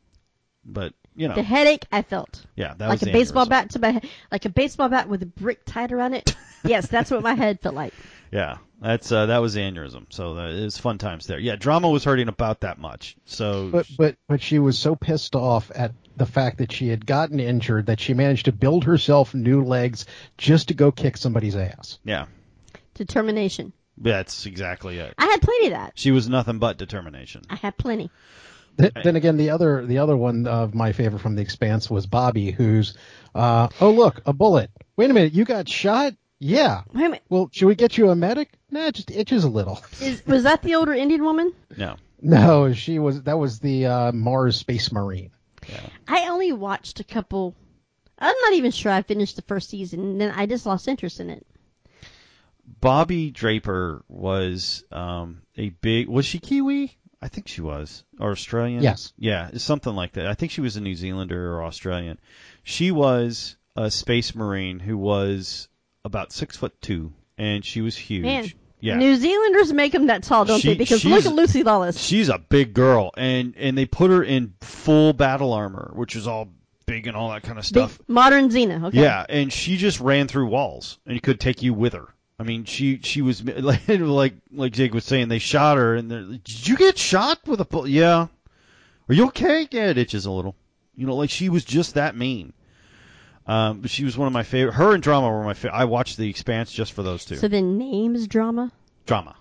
but you know,
the headache I felt.
yeah, Oh. that was
like a
the
baseball
aneurysm.
bat to my head, like a baseball bat with a brick tied around it. yes, that's what my head felt like.
Yeah, that's uh, that was the aneurysm. So uh, it was fun times there. Yeah, drama was hurting about that much. So
But but but she was so pissed off at the fact that she had gotten injured that she managed to build herself new legs just to go kick somebody's ass.
yeah,
Determination.
that's exactly it.
I had plenty of that.
She was nothing but determination.
I had plenty.
Th- then again, the other the other one of my favorite from The Expanse was Bobby, who's, uh, oh look, a bullet. Wait a minute, you got shot? Yeah.
Wait a minute.
Well, should we get you a medic? Nah, it just itches a little.
Is, was that the older Indian woman?
No,
No, she was. That was the uh, Mars Space Marine.
I only watched a couple. I'm not even sure I finished the first season, and then I just lost interest in it.
Bobby Draper was um, a big. Was she Kiwi? I think she was, or Australian.
Yes.
Yeah, something like that. I think she was a New Zealander or Australian. She was a space marine who was about six foot two, and she was huge.
Man,
yeah.
New Zealanders make them that tall, don't
She-
they? Because
she's-
look at Lucy Lawless.
She's a big girl, and and they put her in full battle armor, which is all big and all that kind of stuff.
Big- modern Xena. Okay.
Yeah, and she just ran through walls and could take you with her. I mean, she she was like like like Jake was saying, they shot her and they're like, did you get shot with a bullet? Yeah. Are you okay? Yeah, it itches a little. You know, like she was just that mean. Um, but she was one of my favorite. Her and drama were my favorite. I watched The Expanse just for those two.
So the name's drama.
drama.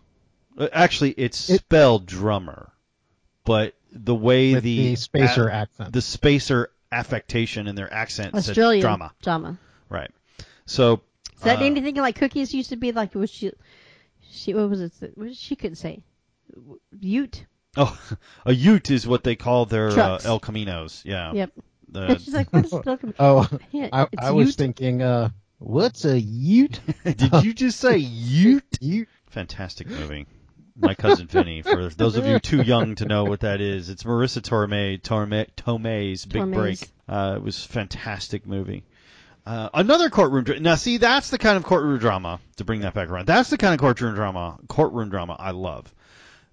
Uh, Actually, it's
It-
spelled drummer, but the way
with the,
the
spacer
a-
accent.
the spacer affectation and their accent
Australian
said drama,
Drama.
right? So
Is that
Uh,
anything like cookies used to be like? Was she? She what was it? What did she could say? Ute.
Oh, a Ute is what they call their uh,
Trucks.
El Caminos. Yeah.
Yep.
The-
She's like, what is the
oh,
Yeah,
Uh, I,
it's
I was
Ute.
thinking, uh, what's a Ute?
did you just say Ute?
Ute?
Fantastic movie. My cousin Vinny. For those of you too young to know what that is, it's Marissa Tomei, Tomei Tomei's Big
Tomei's.
Break. Uh, it was a fantastic movie. Uh, another courtroom dra- now see that's the kind of courtroom drama to bring that back around that's the kind of courtroom drama courtroom drama i love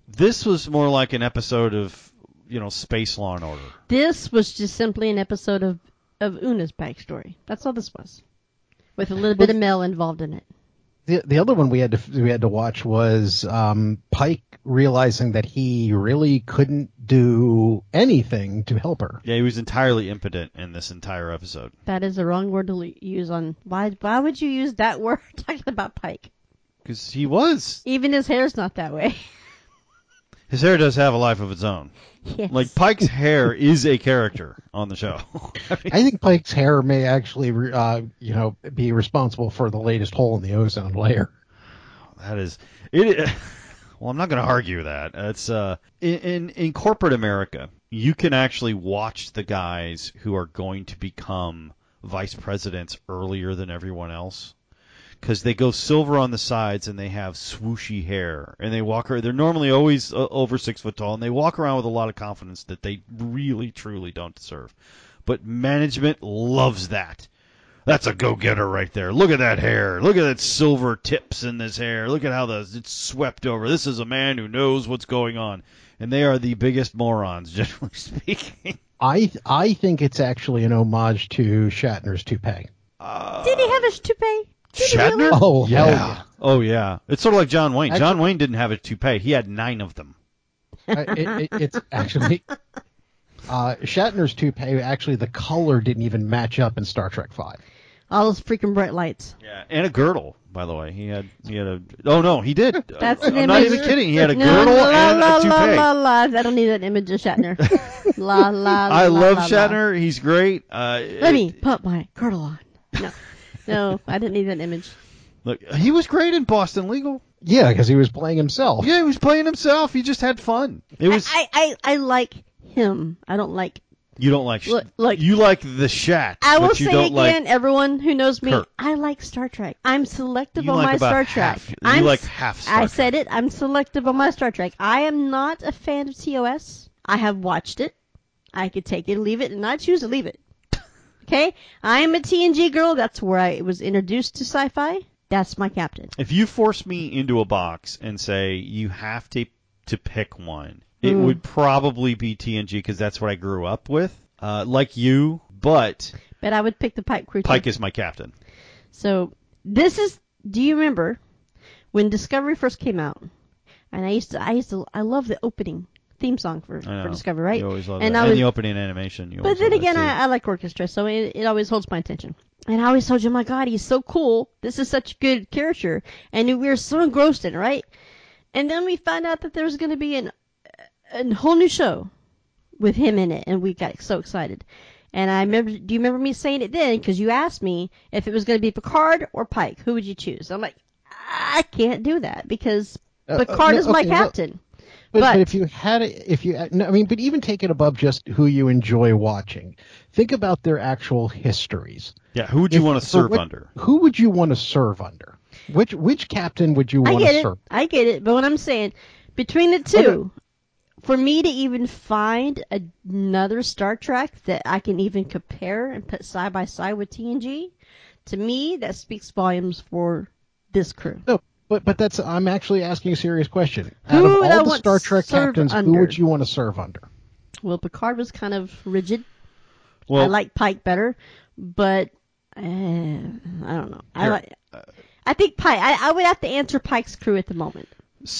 this was more like an episode of you know space law and order
This was just simply an episode of of Una's backstory. That's all this was, with a little bit of Mel involved in it.
The, the other one we had to we had to watch was um, Pike realizing that he really couldn't do anything to help her.
yeah he was entirely impotent in this entire episode
That is the wrong word to l- use on why. Why would you use that word talking about Pike?
Because he was.
Even his hair's not that way.
His hair does have a life of its own.
yes.
Like, Pike's hair is a character on the show.
I think Pike's hair may actually, re- uh, you know, be responsible for the latest hole in the ozone layer.
that is. It, well, I'm not going to argue that. It's uh, in, in, in corporate America, you can actually watch the guys who are going to become vice presidents earlier than everyone else. Because they go silver on the sides and they have swooshy hair and they walk. ar- They're normally always uh, over six foot tall and they walk around with a lot of confidence that they really, truly don't deserve. but management loves that. That's a go-getter right there. Look at that hair. Look at that silver tips in this hair. Look at how the, it's swept over. This is a man who knows what's going on, and they are the biggest morons, generally speaking.
I I think it's actually an homage to Shatner's toupee.
Uh,
did he have his toupee? Did he really?
Shatner?
Oh, hell yeah.
Oh yeah. It's sort of like John Wayne. John
Actually-
Wayne didn't have a toupee. He had nine of them.
I- it, it, it's actually uh, Shatner's toupee. Actually, the color didn't even match up in Star Trek Five.
All those freaking bright lights.
Yeah. And a girdle, by the way. He had he had a. Oh no, he did.
That's
I'm
an
not
image.
even kidding. He had a
No,
girdle
la,
and a
la, la,
toupee.
La, la, I don't need an image of Shatner. la la.
I
la,
love
la, la.
Shatner. He's great. Uh,
Let
it-
me put my girdle on. No, no, I didn't need that image.
Look, he was great in Boston Legal.
Yeah, because he was playing himself.
Yeah, he was playing himself. He just had fun. It was.
I, I, I, I like him. I don't like.
you don't like. Sh-
Look- look.
you like the Shat.
I will
but you
say
don't
again,
Like,
everyone who knows me,
Kirk.
I like Star Trek. I'm selective
You
on
like
my
about
Star Trek.
half- you
I'm,
like
s-
half Star
I said it. I'm selective on my Star Trek. I am not a fan of TOS. I have watched it. I could take it, or leave it, and I choose to leave it. Okay, I am a TNG girl. That's where I was introduced to sci-fi. That's my captain.
if you force me into a box and say you have to to pick one, it
Hmm.
would probably be TNG because that's what I grew up with. Uh, like you, but
But I would pick the Pike crew. too.
Pike is my captain.
So this is. Do you remember when Discovery first came out? And I used to, I used to, I love the opening theme song for,
I
for
know.
Discovery, right?
You always love
and
that.
I
and
was,
the opening animation. You
but
always
then
love that,
again,
too.
I, I like orchestra, so it, it always holds my attention. And I always told you, "Oh my God, he's so cool. This is such a good character, and we were so engrossed in it, right? And then we found out that there was going to be an a whole new show with him in it, and we got so excited. And I remember, do you remember me saying it then? Because you asked me if it was going to be Picard or Pike, who would you choose? I'm like, I can't do that because
Uh, uh,
Picard
no,
is my
okay, well-
captain.
But, but
But-
if you had it, if you, no, I mean, but even take it above just who you enjoy watching. Think about their actual histories.
yeah, who would you
If-
want to
so
serve
what-
under?
Who would you want to serve under? Which which captain would you
I
want
get
to
it.
serve?
I get it. But what I'm saying, between the two, for me to even find another Star Trek that I can even compare and put side by side with TNG, to me, that speaks volumes for this crew.
No, but but that's I'm actually asking a serious question.
Who
Out
would
of
I
all the
want
Star Trek
serve
captains,
under?
who would you want to serve under?
Well, Picard was kind of rigid.
Well,
I like Pike better, but uh, I don't know. I
Here,
like. I think Pike. I, I would have to answer Pike's crew at the moment.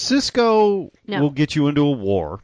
Cisco
No.
will get you into a war.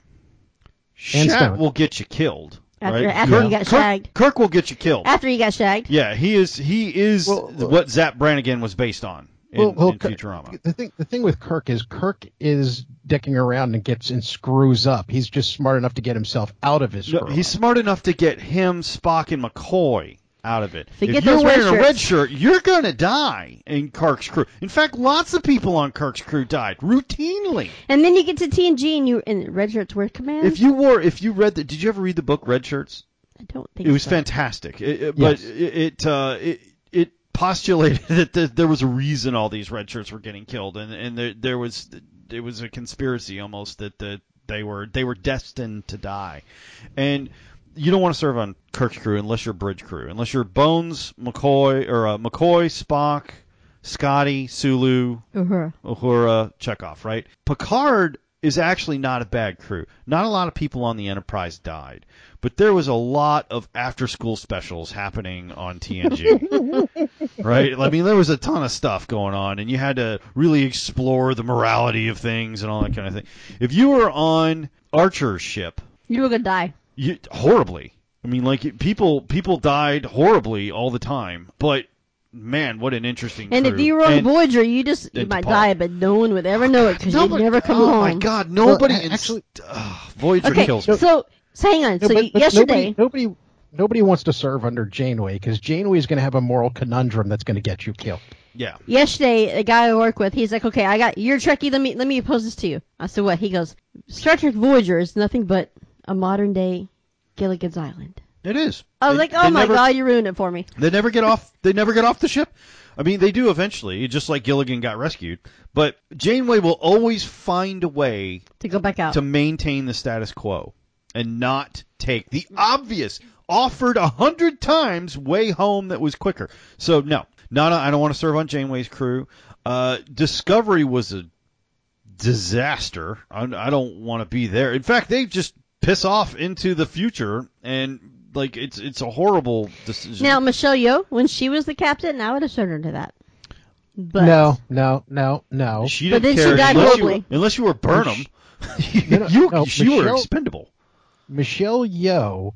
And
Shat
Stone.
will get you killed.
After-
right?
after
Kirk,
he got
Kirk-
shagged.
Kirk will get you killed.
After he got shagged,
yeah, he is. He is
Well,
th- what Zap Brannigan was based on in,
Well, well,
in
Kirk-
Futurama.
The thing, the thing with Kirk is Kirk is dicking around and gets and screws up. He's just smart enough to get himself out of his.
No,
screw
he's
up.
smart enough to get him, Spock, and McCoy out of it.
Forget
if you're
those red
wearing a red shirt,
shirts.
you're gonna die in Kirk's crew. In fact, lots of people on Kirk's crew died routinely.
and then you get to TNG, and you and red shirts wear command.
If you wore, if you read the, did you ever read the book Red Shirts?
I don't think
It was
so.
fantastic, It- it-
Yes.
but it it, uh, it it postulated that th- there was a reason all these red shirts were getting killed, and and there there was it was a conspiracy almost that the, they were they were destined to die, and you don't want to serve on Kirk's crew unless you're bridge crew, unless you're Bones, McCoy or uh, McCoy, Spock, Scotty, Sulu,
Uh-huh.
Uhura, Chekhov, right? Picard is actually not a bad crew. Not a lot of people on the Enterprise died, but there was a lot of after school specials happening on TNG. right? I mean, there was a ton of stuff going on, and you had to really explore the morality of things and all that kind of thing. If you were on Archer's ship,
You were gonna die.
you, horribly. I mean, like people people died horribly all the time, but man, what an interesting
And
crew.
if you were on
And-
Voyager, you just you
and
might
T'Pol.
die, but no one would ever know it because you'd
Nobody-
never come
oh
home.
my god, nobody
Well, a-
actually
actually-
Voyager
Okay,
kills me.
so so hang on.
No,
so
but- but
yesterday,
nobody, nobody, nobody wants to serve under Janeway because Janeway is going to have a moral conundrum that's going to get you killed.
Yeah.
yesterday, a guy I work with, he's like, "Okay, I got you're Trekkie. Let me let me pose this to you." I said, "What?" He goes, "Star Trek Voyager is nothing but a modern day Gilligan's Island."
It is.
I was
They-
like, "Oh
they
my
never-
god, you ruined it for me."
They never get off they never get off the ship. I mean, they do eventually, just like Gilligan got rescued, but Janeway will always find a way
To go back out.
to maintain the status quo and not take the obvious offered a hundred times way home that was quicker. So no, no, no, I don't want to serve on Janeway's crew. Uh, Discovery was a disaster. I, I don't want to be there. In fact, they just piss off into the future and like it's it's a horrible decision.
now Michelle Yeoh, when she was the captain, I would have turned her to that. But
no, no, no, no.
she
but
didn't
then she
care
died
unless, you were,
horribly.
unless you were Burnham.
No, no,
you
no,
you were
Michelle-
expendable.
Michelle Yeoh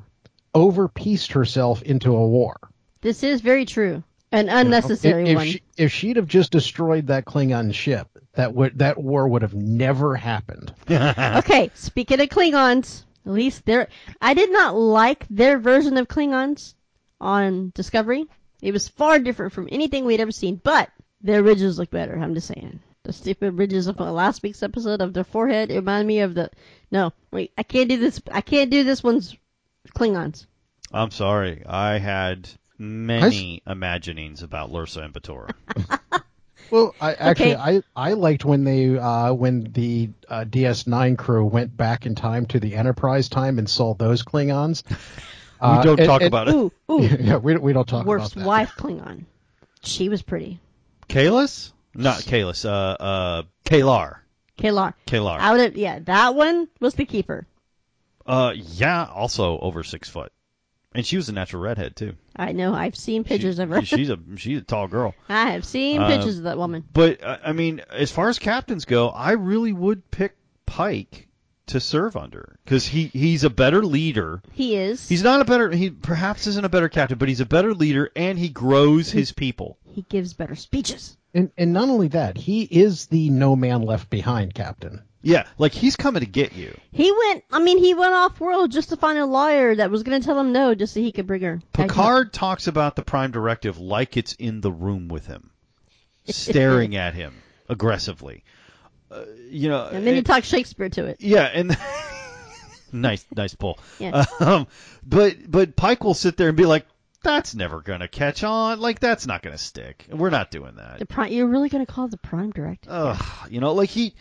overpieced herself into a war.
this is very true. An unnecessary
if, if
one.
She, if she'd have just destroyed that Klingon ship, that would that war would have never happened.
Okay, speaking of Klingons, at least there, I did not like their version of Klingons on Discovery. It was far different from anything we'd ever seen, but their ridges look better. I'm just saying. The stupid ridges of last week's episode of their forehead remind me of the. No, wait, I can't do this. I can't do this one's Klingons.
I'm sorry. I had many imaginings about Lursa and Batora.
Well, I actually
Okay.
I, I liked when they uh, when the uh, DS9 crew went back in time to the Enterprise time and saw those Klingons. Uh,
we don't talk about Uh, it.
Ooh, ooh,
Yeah, we, we don't talk
Worf's
about that.
wife Klingon. She was pretty.
Kalis? Not Kalis. Uh, uh, Kalar.
Kalar.
Kalar.
I would have, yeah, that one was the keeper.
Uh, yeah, also over six foot. And she was a natural redhead too.
I know. I've seen
She-
pictures of her.
She's a she's a tall girl.
I have seen
Uh,
pictures of that woman.
But uh, I mean, as far as captains go, I really would pick Pike to serve under because he he's a better leader.
He is.
He's not a better. He perhaps isn't a better captain, but he's a better leader, and he grows his people.
he gives better speeches.
And and not only that, he is the no man left behind captain.
Yeah, like he's coming to get you.
He went. I mean, he went off world just to find a lawyer that was going to tell him no, just so he could bring her. back up.
Picard talks about the Prime Directive like it's in the room with him, staring at him aggressively. Uh, you know,
And then he
it-
talked Shakespeare to it.
yeah, and nice, nice pull.
Yeah.
Um, but but Pike will sit there and be like, "That's never gonna catch on. Like that's not gonna stick. We're not doing that."
The prime. You're really going to call it the prime directive?
Ugh, you know, like he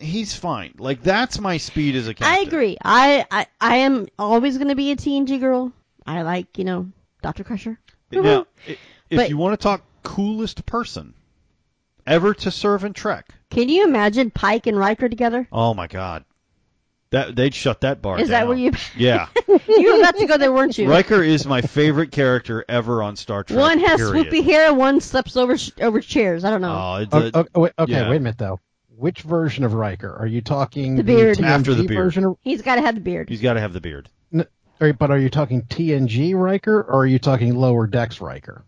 he's fine. Like that's my speed as a
I
captain.
agree. I I, I am always going to be a TNG girl. I like you know Doctor Crusher.
Now, i- if
Uh-huh. But-
you want to talk coolest person ever to serve in Trek,
Can you imagine Pike and Riker together?
Oh my God, That they'd shut that bar.
Is that
down.
where you
Yeah,
you were about to go there, weren't you?
Riker is my favorite character ever on Star Trek.
One has
period.
swoopy hair, one slips over sh- over chairs. I don't know.
Oh, it's
O-
a-
o- wait- Uh, okay,
yeah.
wait a minute though. Which version of Riker are you talking?
The beard.
TNG
After the beard.
version, of,
He's got to have the beard.
he's got to have the beard.
or- but are you talking TNG Riker or are you talking Lower Decks Riker?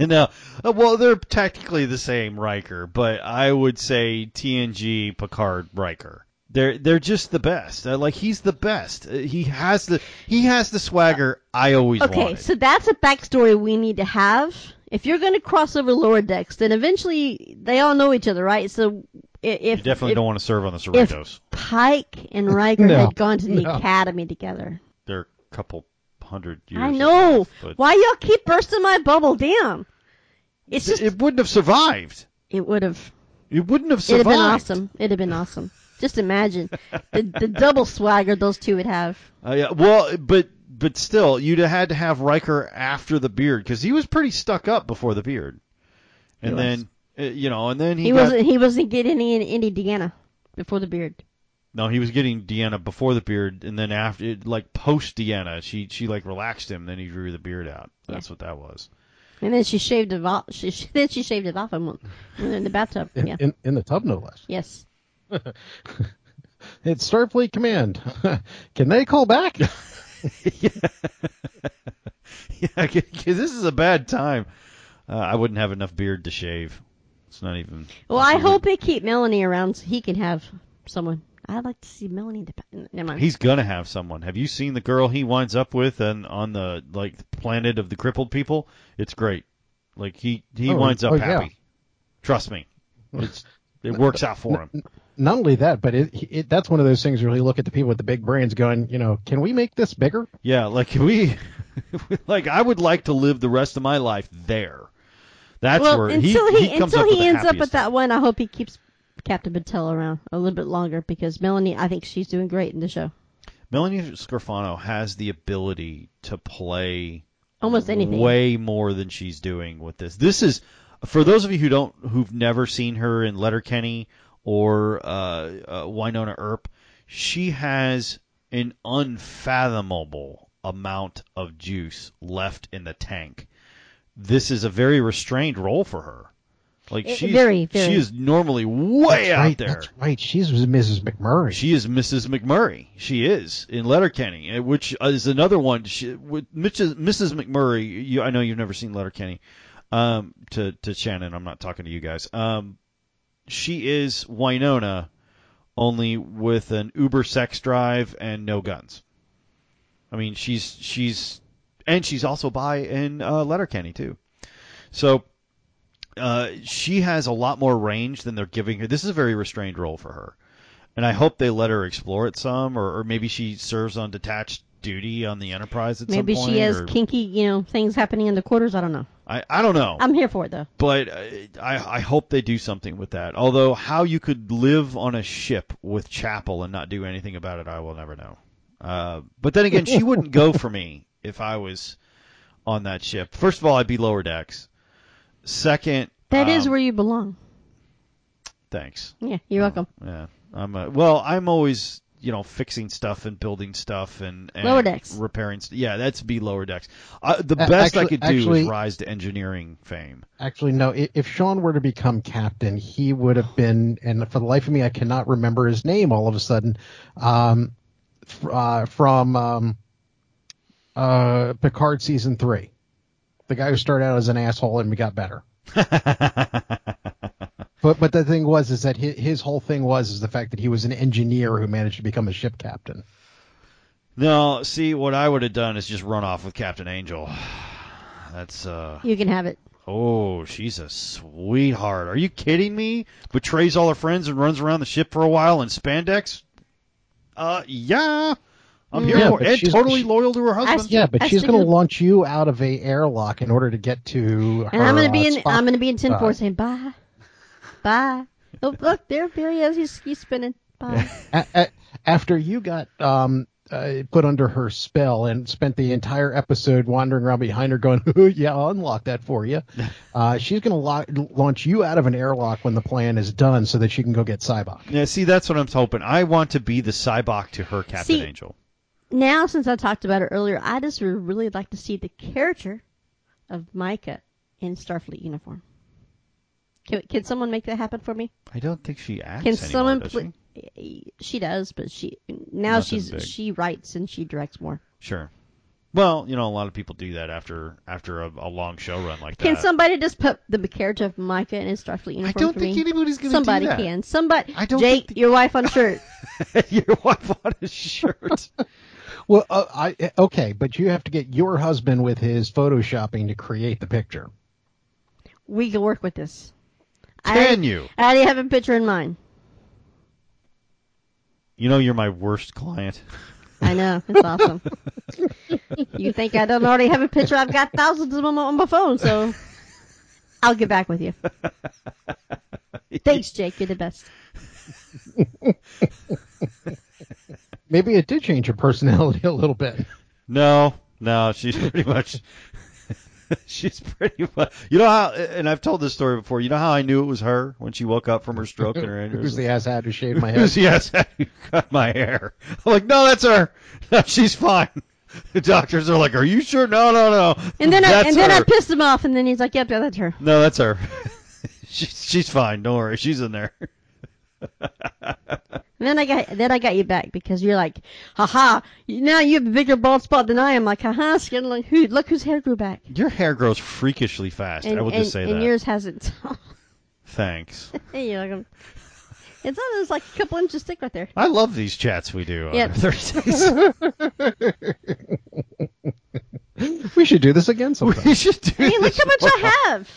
no, Uh, well, they're technically the same Riker, but I would say TNG Picard Riker. They're they're just the best. Uh, like he's the best. Uh, he has the he has the swagger I always
Okay,
wanted.
so that's a backstory we need to have. If you're going to cross over lower decks, then eventually they all know each other, right? So i- if
you definitely
if
don't want to serve on the Cerritos.
Pike and Riker
No,
had gone to the
no.
academy together,
They're a couple hundred years.
I know.
but-
Why y'all keep bursting my bubble? Damn, it's just it,
it wouldn't have survived.
would have
It wouldn't have survived.
it'd have been awesome. It'd have been awesome. Just imagine the the double swagger those two would have.
Uh, yeah, well, but but still, you'd have had to have Riker after the beard because he was pretty stuck up before the beard, and
He
then uh, you know, and then he,
He
got-
wasn't he wasn't getting any in Indiana before the beard.
No, he was getting Deanna before the beard, and then after, like post Deanna, she she like relaxed him. Then he drew the beard out. That's what that was.
And then she shaved it off. She, she- then she shaved it off and went in the bathtub.
In,
Yeah.
in, in the tub, no less.
Yes.
It's Starfleet Command. Can they call back?
yeah, because this is a bad time. Uh, I wouldn't have enough beard to shave. It's not even.
Well, I hope they keep Melanie around so he can have someone. I'd like to see Melanie. in the ba- Never mind.
He's gonna have someone. Have you seen the girl he winds up with and on the like planet of the crippled people? It's great. Like he he
Oh,
winds up
oh, yeah.
happy. Trust me, it's it works out for him.
Not only that, but it, it that's one of those things where you look at the people with the big brains, going, you know, can we make this bigger?
Yeah, like we, like I would like to live the rest of my life there. That's
well,
where he,
until he,
he comes
until
up with
he
the
ends up
happiest
with that one, I hope he keeps Captain Patel around a little bit longer because Melanie, I think she's doing great in the show.
thing. Melanie Scarfano has the ability to play
Almost anything.
way more than she's doing with this. This is for those of you who don't who've never seen her in Letterkenny or uh, uh, Winona Earp. She has an unfathomable amount of juice left in the tank. This is a very restrained role for her. Like
Eh,
she's
very, very.
she is normally way
That's
out
right,
there.
That's right. She's Mrs. McMurray.
She is Mrs. McMurray. She is in Letterkenny, eh, which is another one. She, with Mrs. Mrs. McMurray, you, I know you've never seen Letterkenny. Um, to to Shannon, I'm not talking to you guys. Um, she is Winona, only with an Uber sex drive and no guns. I mean, she's she's and she's also by in uh, Letterkenny too. So uh, she has a lot more range than they're giving her. This is a very restrained role for her and I hope they let her explore it some, or, or maybe she serves on detached duty on the Enterprise at
Maybe
some point.
she has
or-
kinky, you know, things happening in the quarters. I don't know.
I, I don't know,
I'm here for it though.
but I, I I hope they do something with that. Although how you could live on a ship with Chapel and not do anything about it, I will never know. Uh, but then again, she wouldn't go for me if I was on that ship. First of all, I'd be lower decks. Second,
That is
um,
where you belong.
thanks.
Yeah, you're welcome.
Yeah, I'm. Uh, well, I'm always you know fixing stuff and building stuff and, and
Lower decks.
repairing. St- yeah, that's be lower decks. Uh, the
A-
best I
actually-
could do
actually-
is rise to engineering fame.
Actually, no. i- If Sean were to become captain, he would have been, and for the life of me, I cannot remember his name. All of a sudden, um, f- uh, from um, uh, Picard season three, the guy who started out as an asshole and we got better. But but the thing was is that his, his whole thing was is the fact that he was an engineer who managed to become a ship captain.
No, see, what I would have done is just run off with Captain Angel. That's uh
You can have it.
oh, she's a sweetheart. Are you kidding me? Betrays all her friends and runs around the ship for a while in spandex. Uh, yeah, I'm here
Yeah,
for
but
and
she's-
totally
she-
loyal to her husband.
Yeah, but
I
she's
still
going to
do-
launch you out of a airlock in order to get to.
And
her,
Oh,
I'm gonna be
uh,
in
Spock.
I'm gonna be in ten
spot.
four saying bye, bye. Oh look, there there he is. He's he's spinning. Bye.
A- a- after you got um, uh, put under her spell and spent the entire episode wandering around behind her, going, "Ooh, "Yeah, I'll unlock that for you." Uh, she's going to lo- launch you out of an airlock when the plan is done, so that she can go get Cybok.
Yeah, see, that's what I'm hoping. I want to be the Cybok to her Captain
See-
Angel.
Now, since I talked about it earlier, I just would really like to see the character of Micah in Starfleet uniform. Can, can someone make that happen for me?
I don't think she acts
Can
anymore,
someone
does
pl-
she?
she? does, but she now
Nothing
she's
big.
she writes and she directs more.
Sure. Well, you know, a lot of people do that after after a, a long show run like
Can
that.
somebody just put the character of Micah in his Starfleet uniform?
I don't
for
think
me?
anybody's going to do that.
Somebody can. Somebody.
I don't
Jake,
think
your wife on shirt.
Your wife on a shirt.
Well, uh, I okay, but you have to get your husband with his photoshopping to create the picture.
we can work with this.
Can
I,
you?
I already have a picture in mind.
You know, you're my worst client.
I know. It's awesome. you think I don't already have a picture? I've got thousands of them on my phone, so I'll get back with you. Thanks, Jake. You're the best.
Maybe it did change her personality a little bit.
No, no, she's pretty much. she's pretty much. You know how? And I've told this story before. You know how I knew it was her when she woke up from her stroke and her
Who's
aneurysm.
the ass had to shave my head?
Who's the ass who cut my hair? I'm like, no, that's her. No, she's fine. The doctors are like, are you sure? No, no, no.
And then I
that's
and then
her.
I pissed him off, and then he's like, "Yep, yeah, that's her."
No, that's her. she's she's fine. Don't worry, she's in there.
And then I got then I got you back because you're like, haha, now you have a bigger bald spot than I am. Like, haha, skin like who look whose hair grew back.
Your hair grows freakishly fast.
And,
I will
and,
just say
and
that.
yours hasn't.
Thanks.
you know, it's almost like a couple inches thick right there.
I love these chats we do. on
Yep.
Thursdays.
We should do this again sometime.
we should do.
Hey, look
this
how much
more.
I have.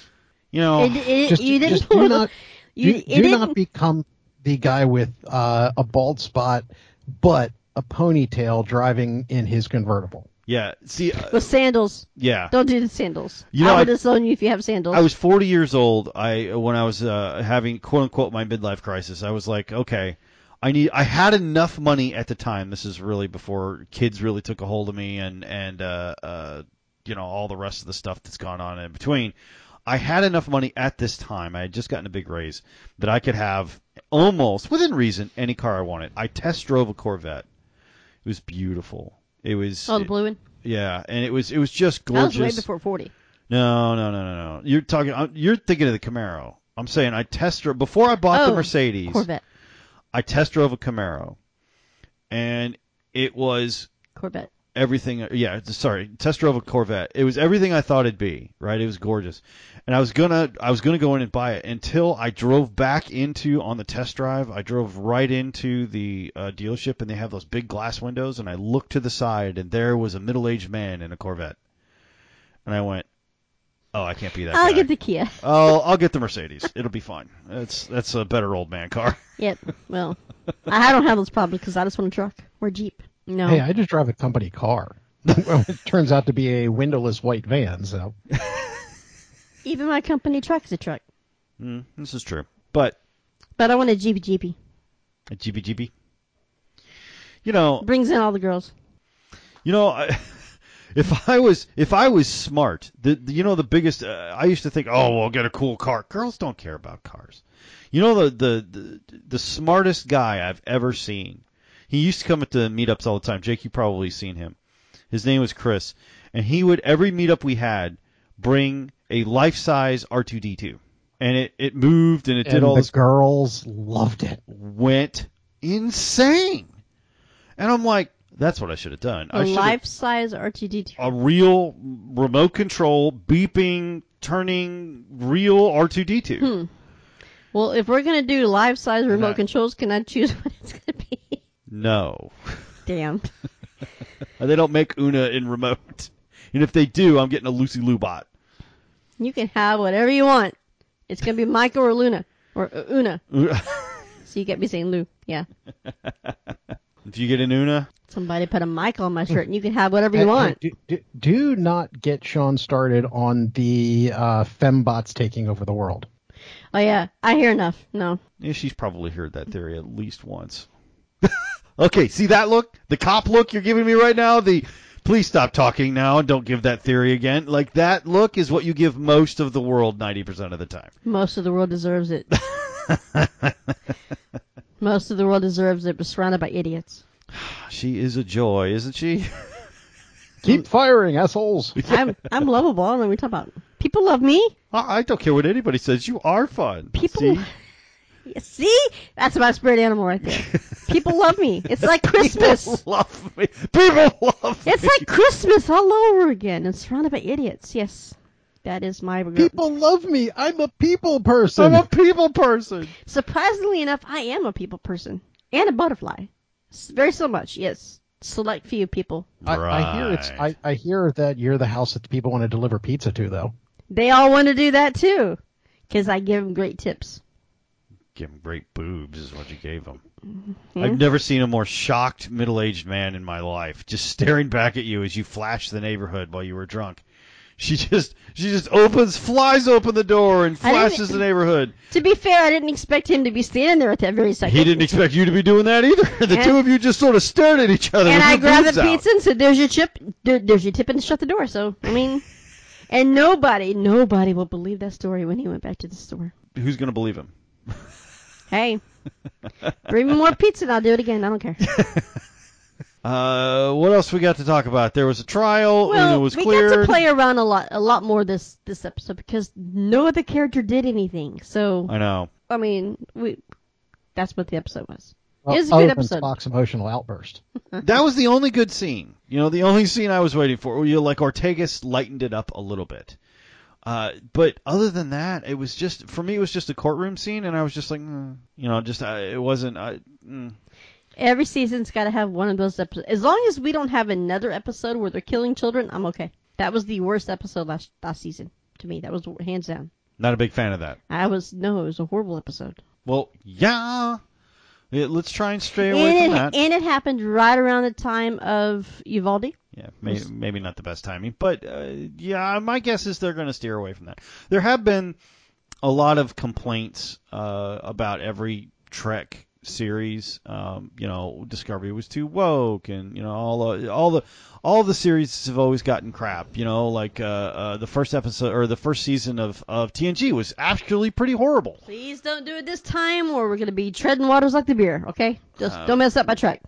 You know,
It- it-
Oh, just
you didn't
just do not
you,
do,
it
do
didn't,
not become the guy with uh, a bald spot, but a ponytail driving in his convertible.
yeah. See, uh,
with sandals.
yeah.
Don't do the sandals.
You know,
I would
I-
disown you if you have sandals.
I was 40 years old. I when I was uh, having quote unquote my midlife crisis, I was like, okay, I need. I had enough money at the time. This is really before kids really took a hold of me, and and uh, uh, you know all the rest of the stuff that's gone on in between. I had enough money at this time. I had just gotten a big raise that I could have almost within reason any car I wanted. I test drove a Corvette. It was beautiful. It was
oh, the blue one.
yeah, and it was it was just
That
gorgeous.
was way before forty.
No, no, no, no, no. You're talking. I'm- You're thinking of the Camaro. I'm saying I test drove before I bought the
Oh,
Mercedes.
Corvette.
I test drove a Camaro, and it was
Corvette.
everything. Yeah, sorry, test drove a Corvette. It was everything I thought it'd be. Right, it was gorgeous, and I was gonna I was gonna go in and buy it until I drove back into on the test drive. I drove right into the uh, dealership, and they have those big glass windows. And I looked to the side, and there was a middle aged man in a Corvette, and I went. Oh, I can't be that.
I'll
guy.
get the Kia.
I'll I'll get the Mercedes. It'll be fine. That's that's a better old man car.
Yep. Well, I don't have those problems because I just want a truck or a Jeep. No.
Hey, I just drive a company car. well, it turns out to be a windowless white van. So
Even my company truck is a truck.
Mm, this is true. But
But I want a Jeepy Jeepy.
a GBGB. You know,
Brings in all the girls.
you know, I, if I was if I was smart, the, the- you know the biggest uh, I used to think, oh, well, get a cool car. Girls don't care about cars. You know the the the, the smartest guy I've ever seen. He used to come at the meetups all the time. Jake, you probably seen him. His name was Chris, and he would every meetup we had bring a life size R two D two, and it it moved and it did
and
all
the
this
girls loved it.
went insane. And I'm like, that's what I should have done.
A
I Oh. should have
life size RTD.
a real remote control beeping turning real R2D2.
Well, if we're gonna do life size remote
Right.
controls, can I choose what it's gonna be?
No.
Damn.
They don't make Una in remote. And if they do, I'm getting a Lucy Lubot.
You can have whatever you want. It's gonna be Michael or Luna or uh, Una. So you get me saying Lou. Yeah.
if you get an Una,
Somebody put a mic on my shirt, and you can have whatever you
And-
want.
and Do, do, do not get Sean started on the uh, fembots taking over the world.
Oh yeah, I hear enough. No,
yeah, she's probably heard that theory at least once. okay, see that look? The cop look you're giving me right now? The please stop talking now and don't give that theory again. Like that look is what you give most of the world 90% of the time.
Most of the world deserves it. Most of the world deserves it, but surrounded by idiots.
She is a joy, isn't she?
Keep firing, assholes.
I'm I'm lovable. I don't know what we talk about. People love me.
I I don't care what anybody says. You are fun.
People-
See?
See, that's my spirit animal right there. People love me. It's like Christmas.
love me. People love me.
It's like Christmas all over again, and surrounded by idiots. Yes, that is my regret.
People love me. I'm a people person.
I'm a people person.
Surprisingly enough, I am a people person and a butterfly. S- Very so much. Yes, select few people.
I, I hear it's. I, I hear that you're the house that people want to deliver pizza to, though.
They all want to do that too, because I give them great tips.
Give him great boobs is what you gave him.
Mm-hmm.
I've never seen a more shocked middle-aged man in my life, just staring back at you as you flashed the neighborhood while you were drunk. She just she just opens flies open the door and
I didn't-
flashes the neighborhood.
To be fair, I didn't expect him to be standing there at that very second.
He didn't expect you to be doing that either. The
And-
two of you just sort of stared at each other.
and
with
I
your
grabbed
boobs
the
out.
pizza and said, "There's your chip. There, there's your tip," and shut the door. So I mean, and nobody, nobody will believe that story when he went back to the store.
Who's going to believe him?
Hey, bring me more pizza and I'll do it again. I don't care.
Uh, what else we got to talk about? There was a trial and it
Well,
was
we
cleared.
got to play around a lot, a lot more this this episode because no other character did anything. So
I know.
I mean, we that's what the episode was.
Well,
it was a good
Uh, other than
episode.
Spock's emotional outburst.
Uh-huh.
that was the only good scene. You know, the only scene I was waiting for. You know, like Ortegas lightened it up a little bit. Uh, but other than that, it was just for me. It was just a courtroom scene, and I was just like, mm, you know, just uh, it wasn't. Uh, mm.
Every season's got to have one of those episodes. As long as we don't have another episode where they're killing children, I'm okay. That was the worst episode last last season to me. That was hands down.
Not a big fan of that.
I was no, it was a horrible episode.
Well, yeah. Yeah, let's try and stray
And
away from
it,
that.
and it happened right around the time of Uvalde.
Yeah, may, maybe not the best timing, but uh, yeah, my guess is they're going to steer away from that. There have been a lot of complaints uh, about every Trek series. Um, you know, Discovery was too woke, and you know all uh, all the all the series have always gotten crap. You know, like uh, uh, the first episode or the first season of of TNG was actually pretty horrible.
Please don't do it this time, or we're gonna be treading waters like the beer. Okay, just
Uh,
don't mess up my track.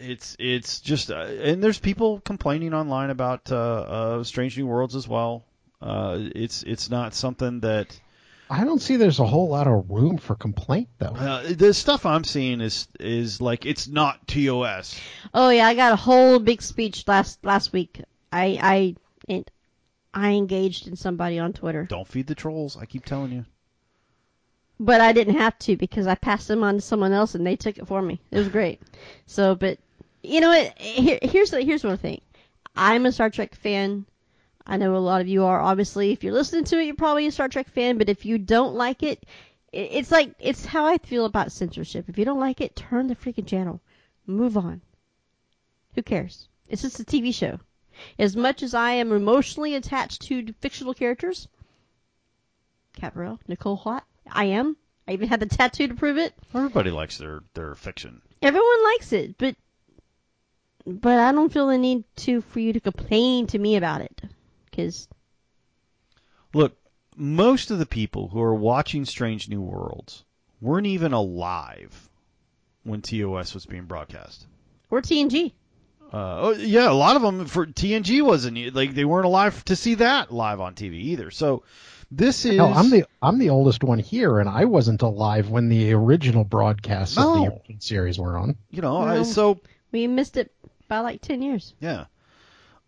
it's it's just uh, and there's people complaining online about uh, uh, Strange New Worlds as well. Uh, it's it's not something that
I don't see there's a whole lot of room for complaint, though.
uh, the stuff I'm seeing is is like it's not TOS.
Oh yeah, I got a whole big speech last last week. I I and I engaged in somebody on Twitter.
Don't feed the trolls. I keep telling you.
But I didn't have to because I passed them on to someone else and they took it for me. It was great. So, but you know what? Here, here's the, here's one thing. I'm a Star Trek fan. I know a lot of you are. Obviously, if you're listening to it, you're probably a Star Trek fan. But if you don't like it, it it's like it's how I feel about censorship. If you don't like it, turn the freaking channel, move on. Who cares? It's just a TV show. As much as I am emotionally attached to fictional characters, Cabrera, Nicole Hott. I am. I even had the tattoo to prove it.
Everybody likes their their fiction.
Everyone likes it, but but I don't feel the need to for you to complain to me about it, because
Look, most of the people who are watching Strange New Worlds weren't even alive when TOS was being broadcast.
we're TNG.
Uh, oh, yeah, a lot of them for TNG wasn't like they weren't alive to see that live on TV either. So this is
Hell, I'm the I'm the oldest one here, and I wasn't alive when the original broadcasts
No.
of the original series were on.
you know I-
Well-
so
We missed it by like ten years.
yeah.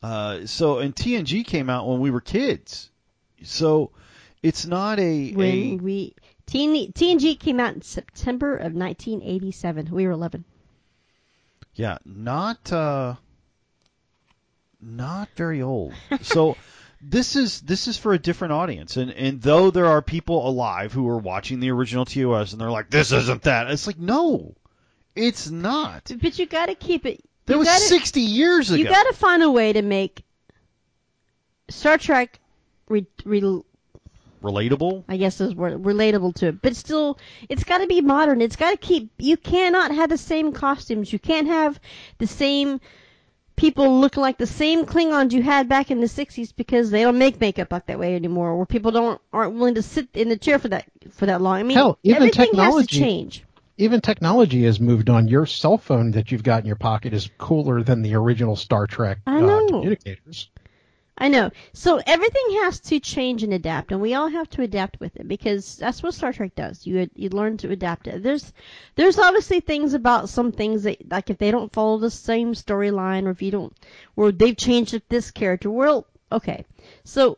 Uh, so and TNG came out when we were kids, so it's not a,
When
a
we TN, TNG came out in September of 1987. We were 11.
yeah not uh, not very old. So. This is this is for a different audience, and and though there are people alive who are watching the original TOS and they're like, this isn't that. It's like no, it's not.
But you got to keep it.
That
you
was
gotta-
60 years ago.
You got to find a way to make Star Trek re- re-
relatable.
I guess is wor- relatable to it. But still, it's got to be modern. It's got to keep. You cannot have the same costumes. You can't have the same people looking like the same Klingons you had back in the '60s because they don't make makeup up that way anymore. Where people don't aren't willing to sit in the chair for that for that long. I mean,
Hell, even
everything has to
technology-
change.
Even technology has moved on. Your cell phone that you've got in your pocket is cooler than the original Star Trek
I
uh,
know.
communicators.
I know. So everything has to change and adapt, and we all have to adapt with it because that's what Star Trek does. You you learn to adapt it. There's there's obviously things about some things that like if they don't follow the same storyline or if you don't or they've changed this character. Well, okay. So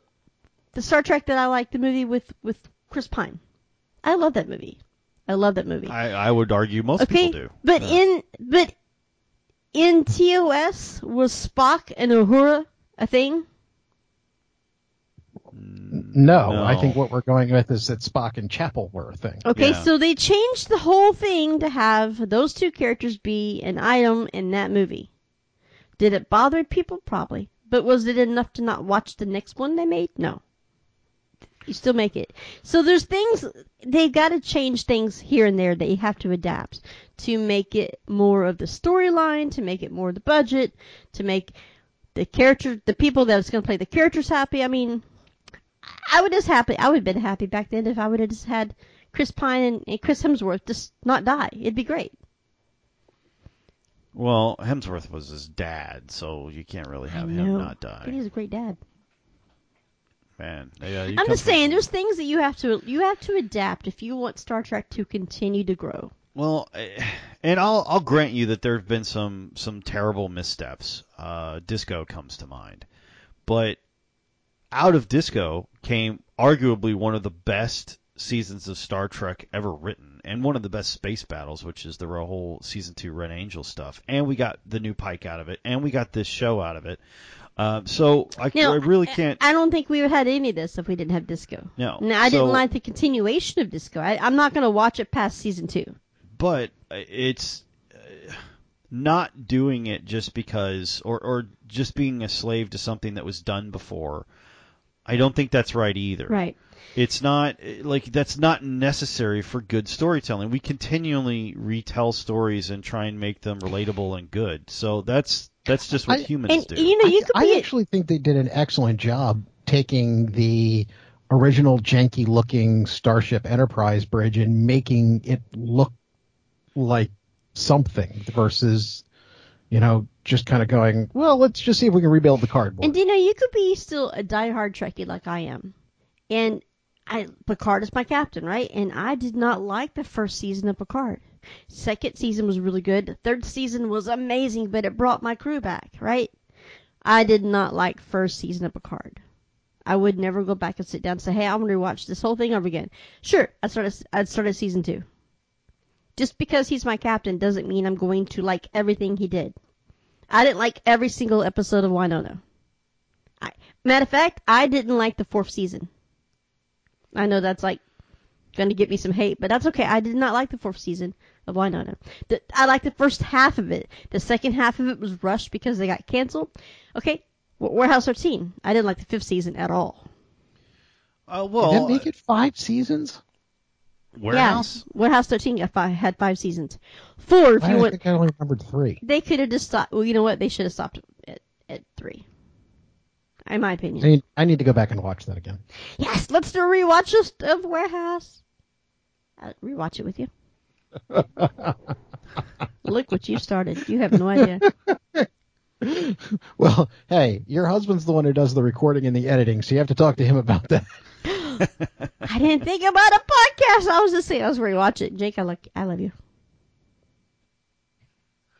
the Star Trek that I like, the movie with with Chris Pine, I love that movie. I love that movie
I, I would argue most people do.
but
Yeah.
in but in TOS was Spock and Uhura a thing?
No,
No.
I think what we're going with is that Spock and Chapel were a thing.
Okay,
Yeah.
so they changed the whole thing to have those two characters be an item in that movie. Did it bother people? Probably. But was it enough to not watch the next one they made? No. You still make it. So there's things they got to change things here and there that you have to adapt to make it more of the storyline, to make it more of the budget, to make the character, the people that's going to play the characters happy. I mean, I would just happy. I would have been happy back then if I would have just had Chris Pine and, and Chris Hemsworth just not die. It'd be great.
Well, Hemsworth was his dad, so you can't really have him
No.
not
But
die.
he's a great dad.
Man, yeah, you
I'm
come
just
from-
saying, there's things that you have to you have to adapt if you want Star Trek to continue to grow.
Well, eh, and I'll I'll grant you that there have been some some terrible missteps. Uh, disco comes to mind, but out of disco came arguably one of the best seasons of Star Trek ever written, and one of the best space battles, which is the whole season two Red Angel stuff. And we got the new Pike out of it, and we got this show out of it. Um, so I,
Now, eh,
I really can't.
I don't think we would have had any of this if we didn't have Disco.
No.
Now, I
So-
didn't like the continuation of Disco. I, I'm not going to watch it past season two.
but it's uh, not doing it just because or or just being a slave to something that was done before. I don't think that's right either.
Right.
It's not like that's not necessary for good storytelling. We continually retell stories and try and make them relatable and good. So that's that's just what
I-
humans
And
do.
you know, you could
I,
be
I actually think they did an excellent job taking the original janky looking Starship Enterprise bridge and making it look like something versus, you know, just kind of going, well, let's just see if we can rebuild the cardboard.
And do you know, you could be still a diehard Trekkie like I am, and I Picard is my captain, right? And I did not like the first season of Picard. Second season was really good. The Third season was amazing, but it brought my crew back, right? I did not like first season of Picard. I would never go back and sit down and say, "Hey, I'm gonna rewatch this whole thing over again." Sure, I started. I'd start at season two. Just because he's my captain doesn't mean I'm going to like everything he did. I didn't like every single episode of Winona. I, matter of fact, I didn't like the fourth season. I know that's like going to get me some hate, but that's okay. I did not like the fourth season of Winona. The, I liked the first half of it. The second half of it was rushed because they got canceled. Okay, Wa- Warehouse 13. I didn't like the fifth season at all.
uh,
did
well,
that make it five seasons?
warehouse.
Yeah, Warehouse 13 got fi- had five seasons. Four, if
I
you
don't
want.
think I only remembered three.
They could have just stopped. Well, you know what? They should have stopped at, at three. In my opinion.
I need, I need to go back and watch that again.
Yes, let's do a rewatch of, of Warehouse. I'll rewatch it with you. Look what you started. You have no idea.
Well, hey, your husband's the one who does the recording and the editing, so you have to talk to him about that.
I didn't think about a podcast. I was just saying, I was rewatch it. Jake, I like, I love you.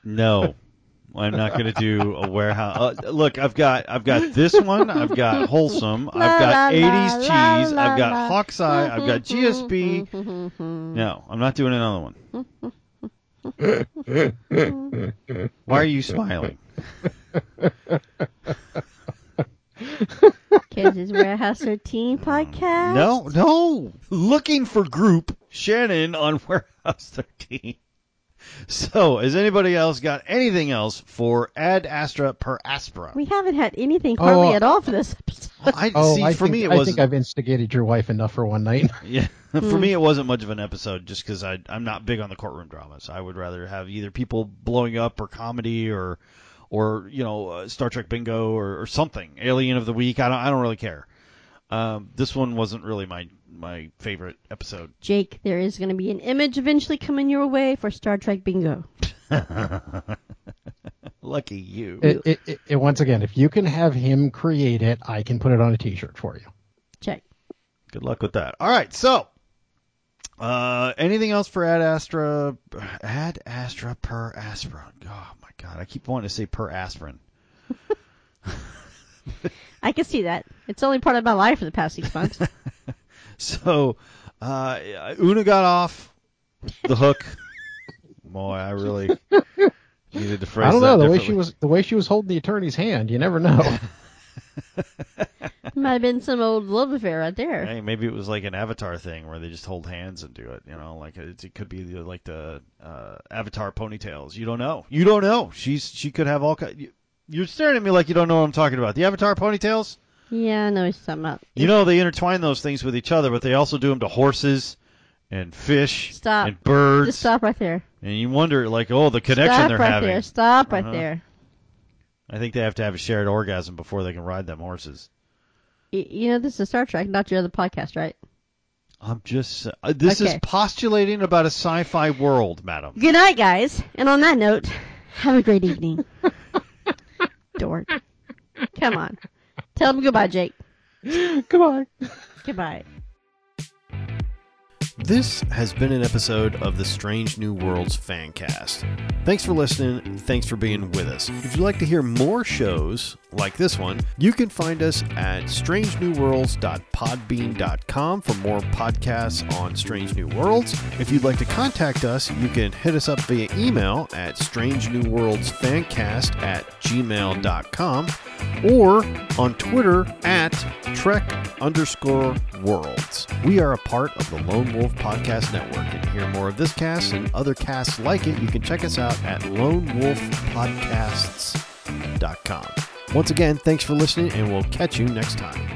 No, I'm not going to do a warehouse. Uh, look, I've got I've got this one. I've got wholesome. I've
la,
got
la,
80s
la,
cheese.
la,
I've got
la.
Hawk's Eye. I've got GSB. No, I'm not doing another one. Why are you smiling?
Because it's Warehouse 13 podcast.
No, no. Looking for group Shannon on Warehouse 13. So, has anybody else got anything else for Ad Astra per Aspera?
We haven't had anything hardly
Oh.
at all for this episode.
I
Oh,
see.
I
for
think,
me, it
I
was
think I've instigated your wife enough for one night.
yeah. for me, it wasn't much of an episode, just because I I'm not big on the courtroom dramas. I would rather have either people blowing up or comedy or or you know uh, Star Trek Bingo or, or something Alien of the Week. I don't I don't really care. Um, this one wasn't really my my favorite episode.
Jake, there is going to be an image eventually coming your way for Star Trek Bingo.
Lucky you.
It, it, it, it- once again, if you can have him create it, I can put it on a T-shirt for you.
Check.
Good luck with that. All right, so uh, anything else for Ad Astra? Ad Astra per aspirin. Oh my god, I keep wanting to say per aspirin.
I can see that. It's only part of my life for the past six months.
So uh, Una got off the hook. Boy, I really needed to phrase
I don't
that
know the way she
differently.
was the way she was holding the attorney's hand. You never know.
Might have been some old love affair right there.
Hey, maybe it was like an Avatar thing where they just hold hands and do it. You know, like it, it could be the, like the uh, Avatar ponytails. You don't know. You don't know. She's she could have all. ki- you- You're staring at me like you don't know what I'm talking about. The Avatar ponytails.
Yeah, I know what you're talking about.
You know they intertwine those things with each other, but they also do them to horses and fish
Stop.
and birds.
Just stop right there.
And you wonder like, oh, the connection
stop
they're
right
having.
there. Stop right
Uh-huh.
there.
I think they have to have a shared orgasm before they can ride them horses.
Y- You know, this is Star Trek, not your other podcast, right?
I'm just uh, this is
Okay.
postulating about a sci-fi world, madam.
Good night, guys. And on that note, have a great evening. Dork. Come on. Tell them goodbye, Jake.
Come on.
Goodbye.
This has been an episode of the Strange New Worlds Fancast. Thanks for listening. and Thanks for being with us. If you'd like to hear more shows like this one, you can find us at strangenewworlds.podbean.com for more podcasts on Strange New Worlds. If you'd like to contact us, you can hit us up via email at strangenewworldsfancast at gmail.com or on Twitter at Trek underscore worlds. We are a part of the Lone Wolf Podcast Network. And to hear more of this cast and other casts like it, you can check us out at lonewolfpodcasts.com. Once again, thanks for listening, and we'll catch you next time.